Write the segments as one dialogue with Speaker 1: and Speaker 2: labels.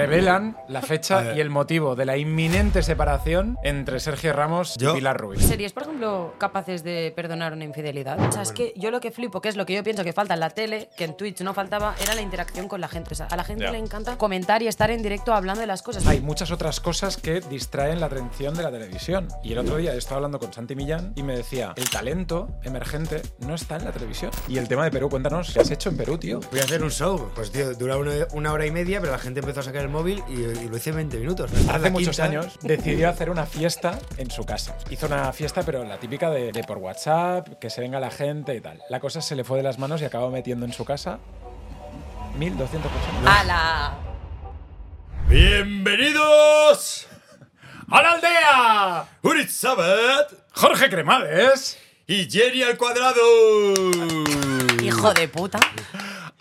Speaker 1: revelan la fecha y el motivo de la inminente separación entre Sergio Ramos
Speaker 2: Yo-
Speaker 1: y Pilar Ruiz.
Speaker 3: ¿Seríais, por ejemplo, capaces de perdonar una infidelidad? O sea, es que yo lo que flipo, que es lo que yo pienso que falta en la tele, que en Twitch no faltaba, era la interacción con la gente. O sea, a la gente
Speaker 4: Ya.
Speaker 3: le encanta comentar y estar en directo hablando de las cosas.
Speaker 1: Hay muchas otras cosas que distraen la atención de la televisión. Y el otro día estaba hablando con Santi Millán y me decía, el talento emergente no está en la televisión. Y el tema de Perú, cuéntanos, ¿qué has hecho en Perú, tío?
Speaker 2: Voy a hacer un show. Pues, tío, duraba una, una hora y media, pero la gente empezó a sacar el móvil y, y lo hice en 20 minutos.
Speaker 1: Hace
Speaker 2: La
Speaker 1: muchos
Speaker 2: quinta-
Speaker 1: años decidió hacer una fiesta en su casa. Hizo una fiesta, pero la típica de, de por WhatsApp, que se venga la gente y tal. La cosa se le fue de las manos y acabó metiendo en su casa 1.200 personas.
Speaker 3: ¡Hala!
Speaker 4: ¡Bienvenidos a la aldea! Urit Sabat
Speaker 1: Jorge Cremades.
Speaker 4: y Jerry al cuadrado.
Speaker 3: ¡Hijo de puta!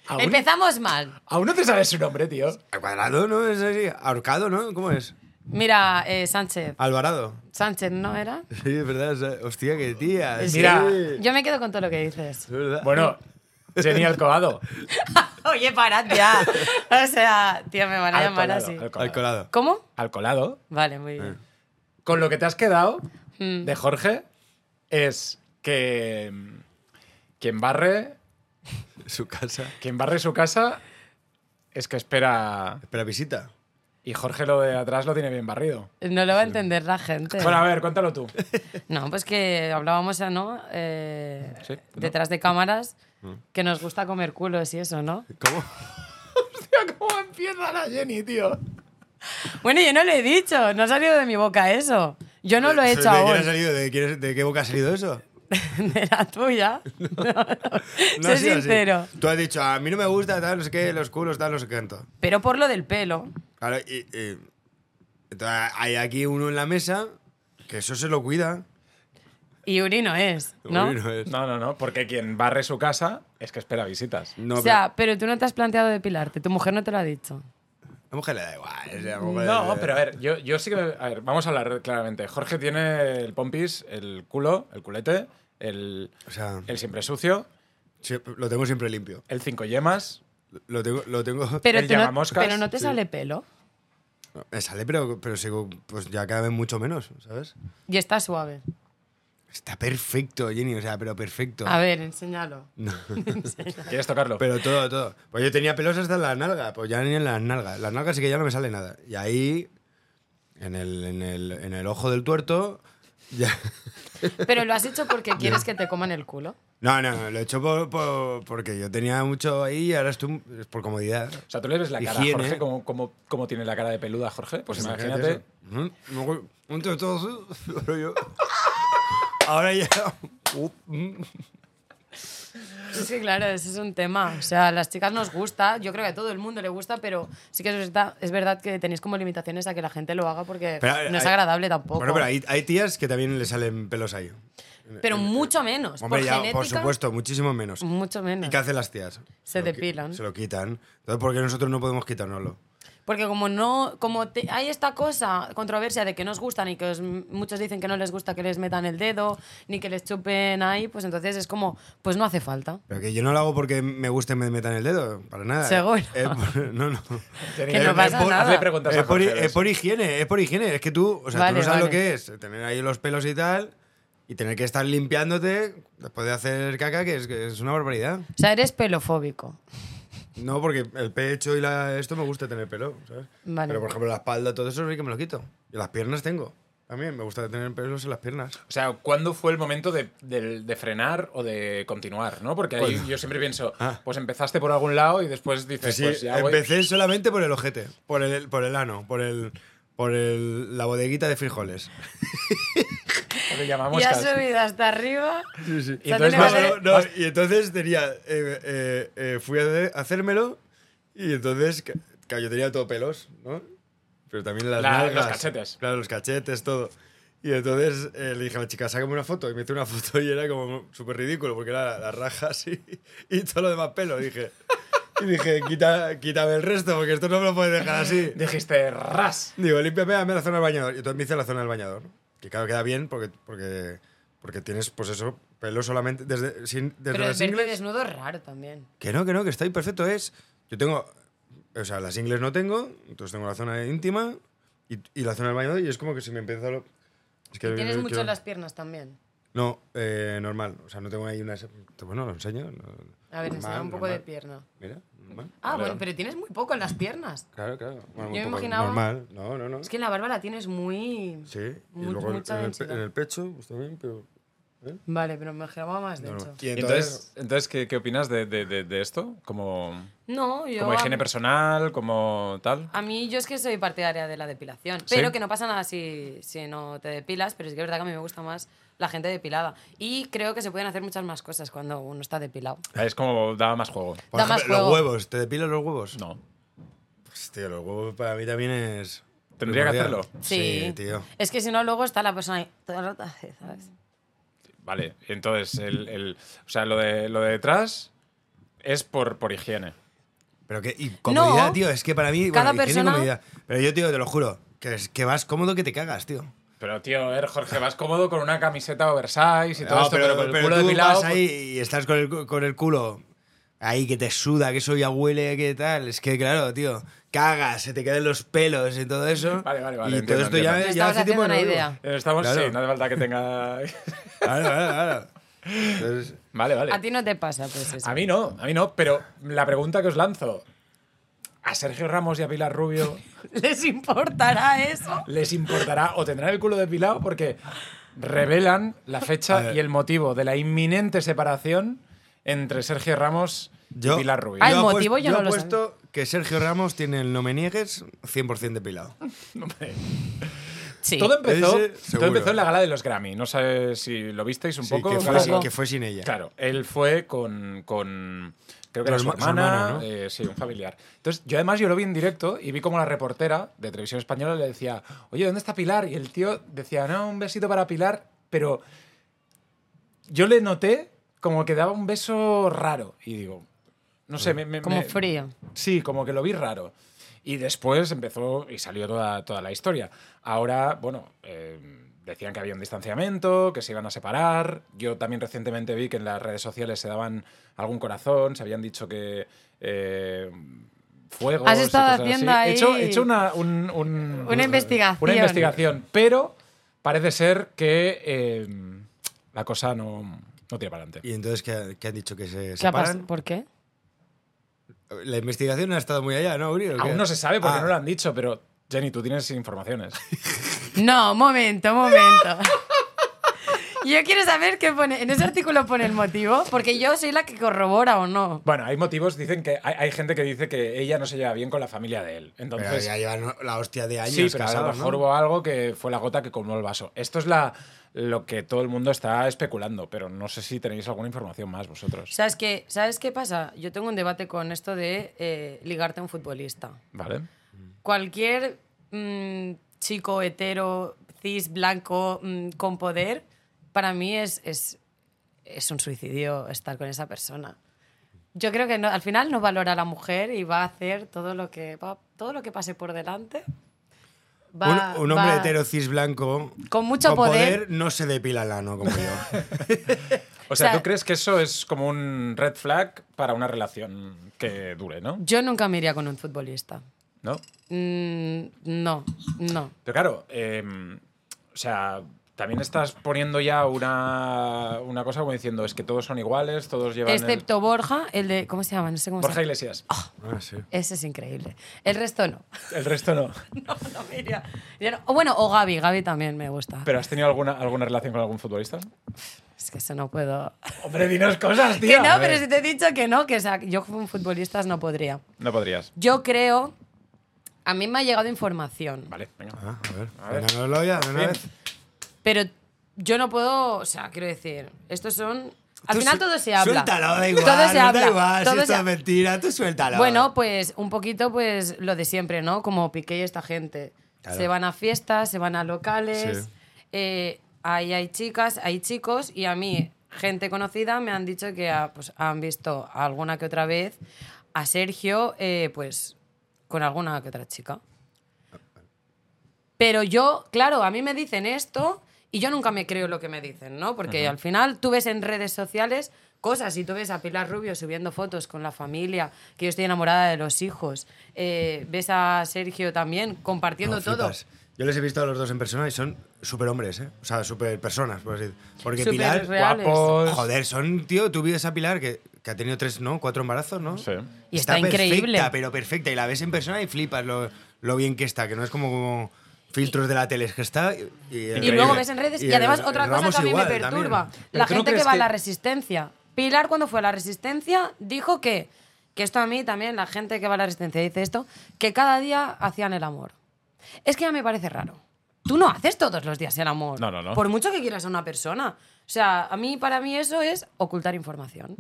Speaker 1: ¿Aún,
Speaker 3: Empezamos mal.
Speaker 1: aún no te sabes su nombre, tío.
Speaker 2: Al cuadrado, ¿no? Es así. Ahorcado, ¿no? ¿Cómo es?
Speaker 3: Mira, eh, Sánchez.
Speaker 2: Alvarado.
Speaker 3: Sánchez, ¿no era?
Speaker 2: Sí, es verdad. o sea, Hostia, qué tía.
Speaker 3: Es
Speaker 2: sí.
Speaker 1: Mira.
Speaker 2: Es
Speaker 3: Yo me quedo con todo lo que dices.
Speaker 2: verdad.
Speaker 1: Bueno, Jenny Alcohado.
Speaker 3: Oye, parad ya. O sea, tío, me van a llamar
Speaker 1: Alcolado,
Speaker 3: así.
Speaker 1: alcolado.
Speaker 2: Al colado.
Speaker 3: ¿Cómo?
Speaker 1: Alcolado.
Speaker 3: Vale, muy bien.
Speaker 1: Con lo que te has quedado
Speaker 3: Hmm.
Speaker 1: de Jorge es que mm, quien barre,
Speaker 2: Su casa.
Speaker 1: quien barre su casa es que espera
Speaker 2: Espera, visita.
Speaker 1: Y Jorge lo de atrás lo tiene bien barrido.
Speaker 3: No lo va a entender la gente.
Speaker 1: Bueno, a ver, cuéntalo tú.
Speaker 3: No, pues que hablábamos, ¿no? Eh,
Speaker 1: Sí, ¿no?
Speaker 3: Detrás de cámaras, que nos gusta comer culos y eso, ¿no?
Speaker 2: ¿Cómo?
Speaker 1: ¿Cómo empieza la Jenny, tío?
Speaker 3: Bueno, yo no lo he dicho, no ha salido de mi boca eso. Yo no lo he
Speaker 2: ¿De
Speaker 3: hecho
Speaker 2: quién ha
Speaker 3: aún.
Speaker 2: salido? ¿De, quién es- de qué boca ha salido eso?
Speaker 3: De la tuya. No, no.
Speaker 2: No ha
Speaker 3: Sé
Speaker 2: sido así.
Speaker 3: sincero.
Speaker 2: Tú has dicho, a mí no me gusta, tal, no sé qué, los culos, tal, no sé cuánto.
Speaker 3: Pero por lo del pelo.
Speaker 2: Claro, y, y- entonces, hay aquí uno en la mesa que eso se lo cuida.
Speaker 3: Y Uri no es, ¿no?
Speaker 2: Uy, no es.
Speaker 1: No, no, no, porque quien barre su casa es que espera visitas.
Speaker 2: No,
Speaker 3: o sea, pero tú no te has planteado depilarte, tu mujer no te lo ha dicho.
Speaker 2: pero a la mujer le da igual. o sea, como-
Speaker 1: No, pero a ver, yo, yo sí que. A ver, vamos a hablar claramente. Jorge tiene el pompis, el culo, el culete, el,
Speaker 2: O sea,
Speaker 1: el siempre sucio,
Speaker 2: sí, lo tengo siempre limpio.
Speaker 1: el cinco yemas.
Speaker 2: Lo tengo, lo tengo.
Speaker 3: Pero,
Speaker 1: El
Speaker 3: tú no,
Speaker 1: llamamoscas,
Speaker 3: pero no te sale pelo.
Speaker 2: Me sale, pero, pero sigo, pues ya cada vez mucho menos, ¿sabes?
Speaker 3: Y está suave.
Speaker 2: Está perfecto, Jenny, o sea, pero perfecto.
Speaker 3: A ver, enséñalo.
Speaker 1: ¿Quieres tocarlo?
Speaker 2: Pero todo, todo. Pues yo tenía pelos hasta en la nalga, pues ya ni en las nalgas. Las nalgas sí que ya no me sale nada. Y ahí, en el, en el, en el ojo del tuerto, ya.
Speaker 3: Pero lo has hecho porque quieres que te coman el culo.
Speaker 2: No, no, no, lo he hecho por- por- porque yo tenía mucho ahí y ahora estoy es por comodidad.
Speaker 1: o sea, tú le ves la cara
Speaker 2: Higiene.
Speaker 1: a Jorge, ¿cómo, cómo, cómo tiene la cara de peluda Jorge? Pues imagínate.
Speaker 2: eso. Ujú. Luego, Un tuerto así, ¿eh? pero yo- Ahora ya. Uh, mm.
Speaker 3: Es que claro, ese es un tema. O sea, a las chicas nos gusta, yo creo que a todo el mundo le gusta, pero sí que es verdad, es verdad que tenéis como limitaciones a que la gente lo haga porque
Speaker 2: Pero, a ver,
Speaker 3: no es
Speaker 2: hay-
Speaker 3: agradable tampoco.
Speaker 2: Bueno, pero hay, hay tías que también le salen pelos ahí.
Speaker 3: Pero mucho menos.
Speaker 2: Hombre,
Speaker 3: Pues por
Speaker 2: ya,
Speaker 3: genética,
Speaker 2: por supuesto, muchísimo menos.
Speaker 3: Mucho menos.
Speaker 2: ¿Y qué hacen las tías?
Speaker 3: Se
Speaker 2: Lo qui-
Speaker 3: depilan.
Speaker 2: Se lo quitan. Entonces, ¿por qué nosotros no podemos quitárnoslo?
Speaker 3: Porque como no, como te- hay esta cosa, controversia de que no os gustan y que os- muchos dicen que no les gusta que les metan el dedo ni que les chupen ahí, pues entonces es como, pues no hace falta.
Speaker 2: Pero que yo no lo hago porque me guste y me metan el dedo, para nada.
Speaker 3: Seguro.
Speaker 2: Es por- no, no.
Speaker 1: Tenía-
Speaker 3: Que no
Speaker 1: eh,
Speaker 3: pasa
Speaker 1: por-
Speaker 3: nada.
Speaker 1: hazle preguntas a
Speaker 2: Es por, hi-
Speaker 1: Jorge de
Speaker 2: es
Speaker 1: eso.
Speaker 2: por higiene, es por higiene. Es que tú, o sea,
Speaker 3: Vale,
Speaker 2: tú no sabes
Speaker 3: vale.
Speaker 2: lo que es tener ahí los pelos y tal y tener que estar limpiándote después de hacer caca, que es, que es una barbaridad.
Speaker 3: O sea, eres pelofóbico.
Speaker 2: No, porque el pecho y la, esto me gusta tener pelo, ¿sabes?
Speaker 3: Vale.
Speaker 2: Pero, por ejemplo, la espalda, todo eso sí que me lo quito. Y las piernas tengo. También me gusta tener pelos en las piernas.
Speaker 1: O sea, ¿cuándo fue el momento de, de- de frenar o de continuar? ¿no? Porque ahí yo siempre pienso,
Speaker 2: Ah.
Speaker 1: pues empezaste por algún lado y después dices,
Speaker 2: Sí,
Speaker 1: pues ya voy.
Speaker 2: empecé solamente por el ojete, por el, por el ano, por el... Por el- la bodeguita de frijoles.
Speaker 1: lo que llamamos
Speaker 3: Y has
Speaker 1: casi.
Speaker 3: subido hasta arriba.
Speaker 1: Y
Speaker 3: O sea,
Speaker 1: entonces
Speaker 3: tiene
Speaker 1: vas-
Speaker 3: que
Speaker 2: No,
Speaker 3: haber-
Speaker 2: no, y entonces tenía. eh, eh, eh, fui a hacer- a hacérmelo y entonces. ca- Claro, yo tenía todo pelos, ¿no? Pero también las
Speaker 1: La-
Speaker 2: nalgas.
Speaker 1: los cachetes.
Speaker 2: Claro, los cachetes, todo. Y entonces eh, le dije a la chica, sácame una foto. Y me hizo una foto y era como súper ridículo porque era la, la raja así y todo lo demás pelo. Dije. Y dije, Quita, quítame el resto porque esto no me lo puedes dejar así.
Speaker 1: Dijiste, ras.
Speaker 2: Digo, límpiame dame la zona del bañador. Y entonces me hice la zona del bañador. Que claro, queda bien porque, porque, porque tienes, pues eso, pelo solamente desde, sin, desde
Speaker 3: Pero el
Speaker 2: las
Speaker 3: verte
Speaker 2: ingles.
Speaker 3: desnudo es raro también.
Speaker 2: Que no, que no, que estoy perfecto. Es. Yo tengo O sea, las ingles no tengo, entonces tengo la zona íntima y, y la zona del baño y es como que si me empieza lo... Es
Speaker 3: Y tienes
Speaker 2: yo-
Speaker 3: mucho
Speaker 2: yo-
Speaker 3: en las piernas también.
Speaker 2: No, eh, normal. O sea, no tengo ahí una... Bueno, lo enseño. no-
Speaker 3: A ver, enseña
Speaker 2: normal,
Speaker 3: un poco de
Speaker 2: normal.
Speaker 3: pierna.
Speaker 2: Mira, normal.
Speaker 3: Ah,
Speaker 2: Vale,
Speaker 3: bueno,
Speaker 2: vale.
Speaker 3: pero tienes muy poco en las piernas.
Speaker 2: Claro, claro. Bueno, un
Speaker 3: me
Speaker 2: poco
Speaker 3: imaginaba-
Speaker 2: Normal. No, no, no.
Speaker 3: Es que en la barba la tienes muy...
Speaker 2: Sí. Y
Speaker 3: Mu-
Speaker 2: luego en el,
Speaker 3: mucha
Speaker 2: pe-
Speaker 3: densidad.
Speaker 2: en el pecho, pues también, pero...
Speaker 3: Vale, pero me imaginaba más denso.
Speaker 2: Y
Speaker 1: Entonces, entonces ¿qué, qué opinas de, de- de- de esto? Como,
Speaker 3: No, yo...
Speaker 1: como
Speaker 3: a
Speaker 1: higiene
Speaker 3: mí-
Speaker 1: personal, como tal.
Speaker 3: A mí yo es que soy partidaria de la depilación, pero que no pasa nada si, si no te depilas, pero sí que es verdad que a mí me gusta más la gente depilada. Y creo que se pueden hacer muchas más cosas cuando uno está depilado.
Speaker 1: Es como da más juego.
Speaker 2: Por
Speaker 3: Da más
Speaker 2: ejemplo, los
Speaker 3: juego.
Speaker 2: huevos. ¿Te depilas los huevos?
Speaker 1: No.
Speaker 2: Pues, tío, los huevos para mí también es...
Speaker 1: Tendría que
Speaker 2: primordial.
Speaker 1: hacerlo.
Speaker 3: Sí.
Speaker 2: tío.
Speaker 3: Es que si no, luego está la persona ahí toda rota, ¿sabes?
Speaker 1: Vale, entonces, el, el- o sea, lo de, lo de detrás es por, por higiene.
Speaker 2: Pero que, y comodidad,
Speaker 3: No.
Speaker 2: tío, es que para mí,
Speaker 3: Cada
Speaker 2: bueno, higiene y
Speaker 3: persona-
Speaker 2: comodidad. Pero yo, tío, te lo juro, que, es que vas cómodo que te cagas, tío.
Speaker 1: Pero, tío, a ver, Jorge, vas cómodo con una camiseta oversize y todo esto, pero, con el
Speaker 2: pero
Speaker 1: culo
Speaker 2: tú
Speaker 1: depilado, pues-
Speaker 2: vas ahí y estás con el, cu- con el culo ahí que te suda, que eso ya huele, que tal. Es que, claro, tío, cagas, se te quedan los pelos y todo eso.
Speaker 1: Vale, vale, vale,
Speaker 2: Y
Speaker 1: entiendo,
Speaker 2: todo esto ya-
Speaker 1: entiendo.
Speaker 2: ya,
Speaker 3: Te estabas
Speaker 2: hace tiempo
Speaker 3: haciendo
Speaker 2: que
Speaker 3: una
Speaker 2: no lo
Speaker 3: idea.
Speaker 2: digo.
Speaker 1: pues, Estamos,
Speaker 2: Claro.
Speaker 1: sí, no hace falta que tenga...
Speaker 2: Claro, claro, claro. Entonces,
Speaker 1: vale, vale.
Speaker 3: A ti no te pasa, pues eso.
Speaker 1: A mí no, a mí no, pero la pregunta que os lanzo. ¿A Sergio Ramos y a Pilar Rubio
Speaker 3: ¿Les importará eso?
Speaker 1: les importará o tendrán el culo depilado? Porque revelan la fecha y el motivo de la inminente separación entre Sergio Ramos
Speaker 2: yo,
Speaker 1: y Pilar Rubio.
Speaker 3: Ay, Ah, el
Speaker 2: apuest-
Speaker 3: motivo yo no lo
Speaker 2: apuesto que Sergio Ramos tiene el no me niegues 100% depilado.
Speaker 3: Sí.
Speaker 1: Todo empezó,
Speaker 2: Ese,
Speaker 1: todo
Speaker 2: seguro.
Speaker 1: empezó en la gala de los Grammy. No sé si lo visteis un
Speaker 2: Sí,
Speaker 1: poco.
Speaker 2: que,
Speaker 1: Gala
Speaker 2: fue,
Speaker 1: de
Speaker 2: sin-
Speaker 1: los-
Speaker 2: que fue sin ella.
Speaker 1: Claro, él fue con. con- creo que
Speaker 2: Pero
Speaker 1: era su
Speaker 2: su- su
Speaker 1: hermana,
Speaker 2: hermana, ¿no?
Speaker 1: eh, sí, un familiar. Entonces, yo además yo lo vi en directo y vi como la reportera de televisión española le decía, oye, ¿dónde está Pilar? Y el tío decía, no, un besito para Pilar, pero yo le noté como que daba un beso raro. Y digo, no sé, me, me-
Speaker 3: Como
Speaker 1: me-
Speaker 3: frío.
Speaker 1: Sí, como que lo vi raro. Y después empezó y salió toda, toda la historia. Ahora, bueno, eh, decían que había un distanciamiento, que se iban a separar. Yo también recientemente vi que en las redes sociales se daban algún corazón, se habían dicho que... eh, fuegos
Speaker 3: Has
Speaker 1: y
Speaker 3: estado
Speaker 1: cosas así.
Speaker 3: haciendo
Speaker 1: He hecho,
Speaker 3: ahí
Speaker 1: he hecho una, un- un-
Speaker 3: Una investigación.
Speaker 1: una investigación, pero parece ser que eh, la cosa no, no tira para adelante.
Speaker 2: Y entonces, ¿qué, qué han dicho? ¿Que se
Speaker 3: ¿Qué ha
Speaker 2: separan?
Speaker 3: pasado? ¿Por qué?
Speaker 2: La investigación no ha estado muy allá, ¿no, Uri? ¿O qué?
Speaker 1: Aún no se sabe porque
Speaker 2: Ah,
Speaker 1: no lo han dicho, pero Jenny, tú tienes informaciones.
Speaker 3: No, momento, momento. Yo quiero saber qué pone. En ese artículo pone el motivo, porque yo soy la que corrobora o no.
Speaker 1: Bueno, hay motivos, dicen que hay, hay gente que dice que ella no se lleva bien con la familia de él.
Speaker 2: Pero
Speaker 1: Entonces,
Speaker 2: ya llevan la hostia de años
Speaker 1: sí, pero a lo
Speaker 2: casados,
Speaker 1: mejor
Speaker 2: ¿no?
Speaker 1: hubo algo que fue la gota que colmó el vaso. Esto es la, lo que todo el mundo está especulando, pero no sé si tenéis alguna información más vosotros.
Speaker 3: ¿Sabes qué, ¿Sabes qué pasa? Yo tengo un debate con esto de eh, ligarte a un futbolista.
Speaker 1: ¿Vale?
Speaker 3: Cualquier mm, chico hetero, cis, blanco, mm, con poder, para mí es, es, es un suicidio estar con esa persona. Yo creo que no- al final no valora a la mujer y va a hacer todo lo que, va- todo lo que pase por delante. Va-
Speaker 2: un, un hombre
Speaker 3: va-
Speaker 2: hetero cis blanco
Speaker 3: Con mucho poder.
Speaker 2: no se depila el ano como yo.
Speaker 1: O sea,
Speaker 3: sea-
Speaker 1: ¿tú crees que eso es como un red flag para una relación que dure, no?
Speaker 3: Yo nunca me iría con un futbolista.
Speaker 1: ¿No?
Speaker 3: Mm, no, no.
Speaker 1: Pero claro, eh, o sea, también estás poniendo ya una, una cosa como diciendo, es que todos son iguales, todos llevan... el-
Speaker 3: Excepto Borja, el de. ¿Cómo se llama? No sé cómo
Speaker 1: Borja
Speaker 3: se llama.
Speaker 1: Iglesias.
Speaker 2: Ah, sí.
Speaker 3: Ese es increíble. El resto no.
Speaker 1: El resto no.
Speaker 3: No, no me iría. Yo no- O bueno, o Gaby. Gaby también me gusta.
Speaker 1: ¿Pero has tenido alguna, alguna relación con algún futbolista?
Speaker 3: Es que eso no puedo.
Speaker 1: Hombre, dinos cosas,
Speaker 3: Que
Speaker 1: tío.
Speaker 3: no, pero si te he dicho que no, que o sea, yo con futbolistas no podría.
Speaker 1: No podrías.
Speaker 3: Yo creo. A mí me ha llegado información.
Speaker 1: Vale, venga.
Speaker 2: Ah, a ver,
Speaker 1: A ver.
Speaker 2: vénganoslo ya, de una
Speaker 1: Bien.
Speaker 2: vez.
Speaker 3: Pero yo no puedo. O sea, quiero decir, estos son. Al
Speaker 2: Tú
Speaker 3: final
Speaker 2: su-
Speaker 3: todo se habla.
Speaker 2: Suéltalo, da igual.
Speaker 3: Todo se
Speaker 2: no
Speaker 3: habla.
Speaker 2: Da igual, si
Speaker 3: todo
Speaker 2: esto
Speaker 3: se-
Speaker 2: es mentira, tú suéltalo.
Speaker 3: Bueno, pues un poquito pues lo de siempre, ¿no? Como Piqué y esta gente.
Speaker 2: Claro.
Speaker 3: Se van a fiestas, se van a locales,
Speaker 2: Sí.
Speaker 3: eh, ahí hay chicas, hay chicos y a mí, gente conocida, me han dicho que ah, pues, han visto alguna que otra vez a Sergio eh, pues con alguna que otra chica. Pero yo, claro, a mí me dicen esto y yo nunca me creo lo que me dicen, ¿no? Porque al final tú ves en redes sociales cosas. Si tú ves a Pilar Rubio subiendo fotos con la familia, que yo estoy enamorada de los hijos, eh, ves a Sergio también compartiendo
Speaker 2: No,
Speaker 3: todo.
Speaker 2: flipas. Yo les he visto a los dos en persona y son súper hombres, ¿eh? O sea, súper personas, por así decirlo. Porque
Speaker 3: Súper
Speaker 2: Pilar,
Speaker 3: reales.
Speaker 1: guapos.
Speaker 2: joder, son, tío, tú vives a Pilar que, que ha tenido tres, ¿no? Cuatro embarazos, ¿no?
Speaker 1: Sí.
Speaker 3: Y está increíble.
Speaker 2: perfecta, pero perfecta. Y la ves en persona y flipas lo, lo bien que está, que no es como, como filtros de la tele, es que está. Y, y-
Speaker 3: Y luego ves en redes. Y, además,
Speaker 2: el-
Speaker 3: otra
Speaker 2: el
Speaker 3: cosa
Speaker 2: Ramos
Speaker 3: que a mí me
Speaker 2: igual, también.
Speaker 3: perturba:
Speaker 1: Pero
Speaker 3: la
Speaker 1: ¿tú no
Speaker 3: gente que
Speaker 1: crees
Speaker 3: va a
Speaker 1: que-
Speaker 3: la resistencia. Pilar, cuando fue a la resistencia, dijo que, que esto a mí también, la gente que va a la resistencia dice esto, que cada día hacían el amor. Es que ya me parece raro. Tú no haces todos los días el amor.
Speaker 1: No, no, no.
Speaker 3: Por mucho que quieras a una persona. O sea, a mí, para mí, eso es ocultar información.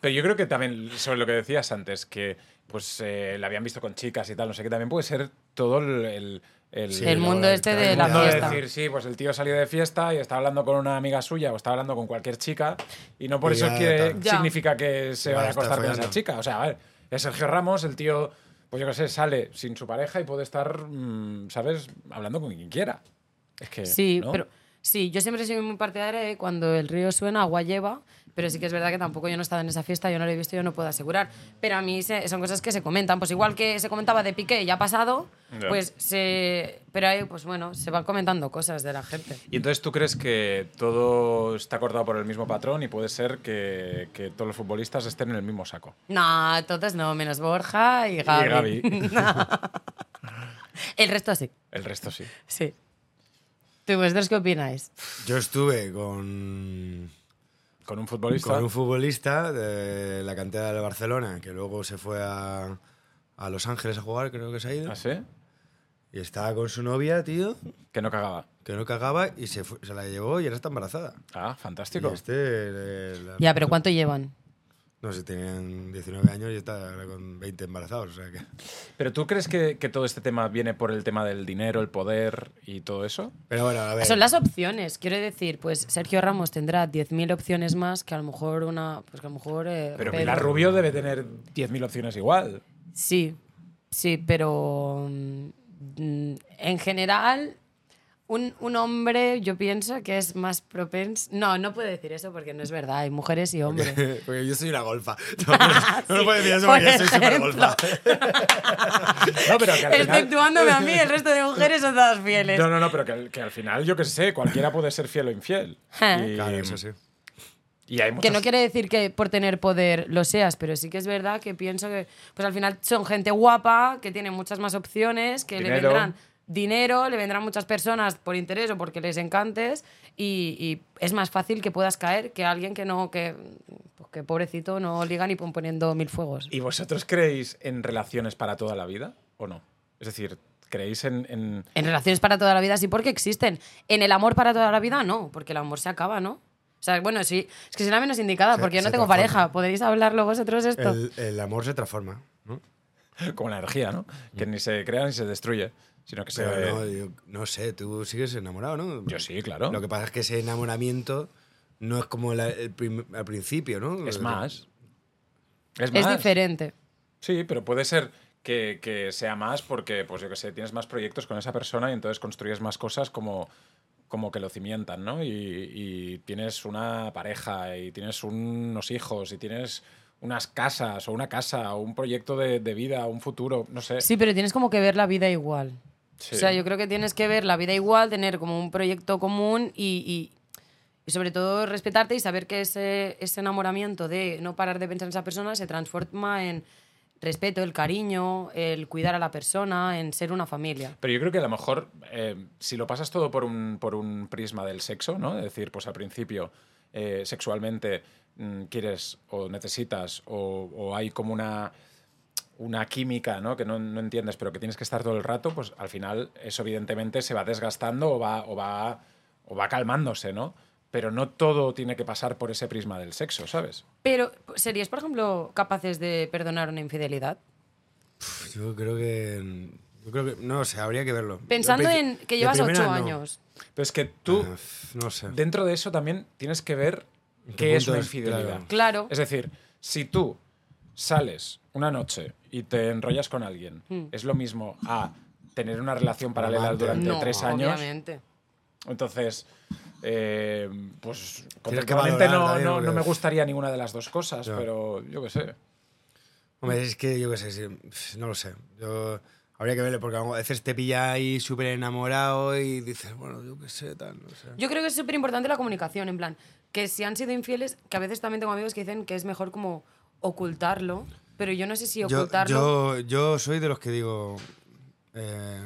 Speaker 1: Pero yo creo que también, sobre lo que decías antes, que pues eh, la habían visto con chicas y tal, no sé qué, también puede ser todo el... el- el-
Speaker 2: Sí,
Speaker 3: el
Speaker 2: luego
Speaker 3: mundo
Speaker 2: el-
Speaker 3: este
Speaker 2: el
Speaker 3: de
Speaker 1: el
Speaker 3: la
Speaker 1: mundo de
Speaker 3: fiesta.
Speaker 1: decir, sí, pues el tío salió de fiesta y está hablando con una amiga suya o está hablando con cualquier chica y no por
Speaker 2: Y
Speaker 1: eso
Speaker 2: ya
Speaker 1: quiere-
Speaker 2: está.
Speaker 3: Ya.
Speaker 1: significa que se
Speaker 2: Ya
Speaker 1: vaya a
Speaker 2: está
Speaker 1: acostar con esa
Speaker 2: follando.
Speaker 1: chica. O sea, a ver, es Sergio Ramos, el tío, pues yo qué sé, sale sin su pareja y puede estar, mm, ¿sabes?, hablando con quien quiera. Es que,
Speaker 3: Sí,
Speaker 1: ¿no?
Speaker 3: pero sí, yo siempre soy muy partidaria de cuando el río suena, agua lleva, pero sí que es verdad que tampoco yo no he estado en esa fiesta, yo no lo he visto, yo no puedo asegurar. Pero a mí se- son cosas que se comentan, pues igual que se comentaba de Piqué, ya ha pasado,
Speaker 4: Ya.
Speaker 3: pues se pero ahí pues bueno, se van comentando cosas de la gente.
Speaker 1: Y entonces tú crees que todo está acordado por el mismo patrón y puede ser que, que todos los futbolistas estén en el mismo saco.
Speaker 3: No, entonces no, menos Borja y Gaby.
Speaker 1: Gaby.
Speaker 3: el resto sí,
Speaker 1: El resto sí.
Speaker 3: sí. ¿Tú vosotros qué opináis?
Speaker 2: Yo estuve con.
Speaker 1: Con un futbolista.
Speaker 2: Con un futbolista de la cantera de Barcelona, que luego se fue a, a Los Ángeles a jugar, creo que se ha ido.
Speaker 1: ¿Ah, sí?
Speaker 2: Y estaba con su novia, tío,
Speaker 1: Que no cagaba.
Speaker 2: que no cagaba y se, fue- se la llevó y ahora está embarazada.
Speaker 1: Ah,
Speaker 2: Y
Speaker 1: fantástico.
Speaker 2: este, eh, la-
Speaker 3: Ya, pero ¿cuánto llevan?
Speaker 2: no sé, tenían 19 años y está ahora con 20 embarazados. O sea que...
Speaker 1: ¿Pero tú crees que, que todo este tema viene por el tema del dinero, el poder y todo eso?
Speaker 2: Pero bueno, a ver.
Speaker 3: Son las opciones, quiero decir, pues Sergio Ramos tendrá 10.000 opciones más que a lo mejor una, pues que a lo mejor eh,
Speaker 1: Pero
Speaker 3: Pedro.
Speaker 1: Pilar Rubio debe tener 10.000 opciones igual.
Speaker 3: Sí, sí, pero mm, mm, en general un, un hombre yo pienso que es más propenso, no, no puedo decir eso porque no es verdad, hay mujeres y hombres.
Speaker 2: Porque yo soy una golfa. No, no, no
Speaker 3: Sí,
Speaker 2: puedo decir eso
Speaker 3: por
Speaker 2: porque yo soy súper golfa.
Speaker 1: No, pero que al final...
Speaker 3: Exceptuándome a mí, el resto de mujeres son todas fieles.
Speaker 1: No, no, no, pero que, al- que al final, yo qué sé, cualquiera puede ser fiel o infiel.
Speaker 3: Ja.
Speaker 1: Y,
Speaker 2: Claro, eso sí.
Speaker 1: y hay
Speaker 3: Ah. Que
Speaker 1: muchas...
Speaker 3: no quiere decir que por tener poder lo seas, pero sí que es verdad que pienso que pues al final son gente guapa, que tiene muchas más opciones, que le
Speaker 1: Dinero.
Speaker 3: vendrán dinero, le vendrán muchas personas por interés o porque les encantes y, y es más fácil que puedas caer que alguien que no, que, pues que pobrecito no liga ni pon- poniendo mil fuegos.
Speaker 1: ¿Y vosotros creéis en relaciones para toda la vida o no? Es decir, ¿creéis en...? en-
Speaker 3: En relaciones para toda la vida sí, porque existen. En el amor para toda la vida no, porque el amor se acaba, ¿no? O sea, bueno, sí, es que será menos indicada
Speaker 2: Se-
Speaker 3: porque yo no
Speaker 2: se
Speaker 3: tengo
Speaker 2: transforma.
Speaker 3: pareja. ¿Podréis hablarlo vosotros esto?
Speaker 2: El, el amor se transforma. ¿no?
Speaker 1: Como la energía, ¿no? Que ni se crea ni se destruye, sino que se...
Speaker 2: Pero no, yo- no sé, tú sigues enamorado, ¿no?
Speaker 1: eh. Yo sí, claro.
Speaker 2: Lo que pasa es que ese enamoramiento no es como la- el prim- al principio, ¿no?
Speaker 1: Es más. Es
Speaker 3: es
Speaker 1: más.
Speaker 3: diferente.
Speaker 1: Sí, pero puede ser que, que sea más porque, pues yo que sé, tienes más proyectos con esa persona y entonces construyes más cosas como, como que lo cimientan, ¿no? Y, y tienes una pareja y tienes unos hijos y tienes unas casas o una casa o un proyecto de, de vida, un futuro, no sé.
Speaker 3: Sí, pero tienes como que ver la vida igual.
Speaker 1: Sí.
Speaker 3: O sea, yo creo que tienes que ver la vida igual, tener como un proyecto común y, y- y sobre todo respetarte y saber que ese, ese enamoramiento de no parar de pensar en esa persona se transforma en respeto, el cariño, el cuidar a la persona, en ser una familia.
Speaker 1: Pero yo creo que a lo mejor, eh, si lo pasas todo por un, por un prisma del sexo, ¿no? Es decir, pues al principio, eh, sexualmente, mm, quieres o necesitas o, o hay como una, una química, ¿no? Que no, no entiendes, pero que tienes que estar todo el rato, pues al final eso evidentemente se va desgastando o va, o va, o va calmándose, ¿no? Pero no todo tiene que pasar por ese prisma del sexo, ¿sabes?
Speaker 3: Pero, ¿serías, por ejemplo, capaces de perdonar una infidelidad?
Speaker 2: Pff, Yo creo que. Yo creo que. No sé, habría que verlo.
Speaker 3: Pensando
Speaker 2: Yo al
Speaker 3: en
Speaker 2: princi-
Speaker 3: que
Speaker 2: de
Speaker 3: llevas
Speaker 2: primera,
Speaker 3: ocho
Speaker 2: no.
Speaker 3: años.
Speaker 1: Pero es que tú,
Speaker 2: Ah, pff, no sé.
Speaker 1: dentro de eso también tienes que ver
Speaker 2: qué
Speaker 1: qué es
Speaker 2: punto
Speaker 1: una
Speaker 2: es?
Speaker 1: infidelidad.
Speaker 2: Claro.
Speaker 3: Claro.
Speaker 1: Es decir, si tú sales una noche y te enrollas con alguien,
Speaker 3: Hmm.
Speaker 1: es lo mismo a tener una relación paralela
Speaker 2: Amante.
Speaker 1: durante
Speaker 3: no,
Speaker 1: tres años.
Speaker 3: obviamente.
Speaker 1: Entonces, Eh, pues
Speaker 2: Tienes que
Speaker 1: conceptualmente
Speaker 2: valorar
Speaker 1: no,
Speaker 2: también,
Speaker 1: no,
Speaker 2: porque-
Speaker 1: no me gustaría ninguna de las dos cosas,
Speaker 2: Ya.
Speaker 1: pero yo qué sé.
Speaker 2: Hombre, es que yo qué sé, sí, pf, no lo sé. Yo, habría que verle, porque a veces te pilla ahí súper enamorado y dices, bueno, yo qué sé, tal, no sé.
Speaker 3: Yo creo que es súper importante la comunicación, en plan, que si han sido infieles, que a veces también tengo amigos que dicen que es mejor como ocultarlo, pero yo no sé si
Speaker 2: Yo,
Speaker 3: ocultarlo...
Speaker 2: yo, yo soy de los que digo, eh,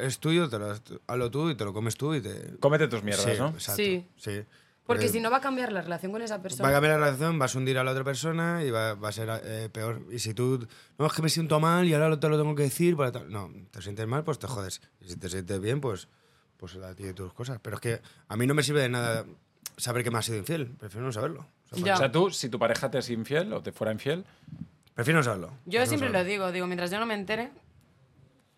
Speaker 2: es tuyo, te lo, hazlo tú y te lo comes tú y te...
Speaker 1: Cómete tus mierdas,
Speaker 2: Sí,
Speaker 1: ¿no?
Speaker 2: exacto,
Speaker 3: Sí.
Speaker 2: sí.
Speaker 3: porque
Speaker 2: Eh,
Speaker 3: si no va a cambiar la relación con esa persona.
Speaker 2: Va a cambiar la relación, vas a hundir a la otra persona y va, va a ser eh, peor. Y si tú, no, es que me siento mal y ahora lo- te lo tengo que decir para tal. No, te sientes mal, pues te jodes. Y si te sientes bien, pues, pues la ti de tus cosas. Pero es que a mí no me sirve de nada saber que me has sido infiel. Prefiero no saberlo. O sea,
Speaker 3: Ya.
Speaker 1: O sea, tú, si tu pareja te es infiel o te fuera infiel,
Speaker 2: Prefiero no saberlo.
Speaker 3: Yo
Speaker 2: Prefiero no
Speaker 3: siempre lo
Speaker 2: saberlo.
Speaker 3: digo, digo, mientras yo no me entere,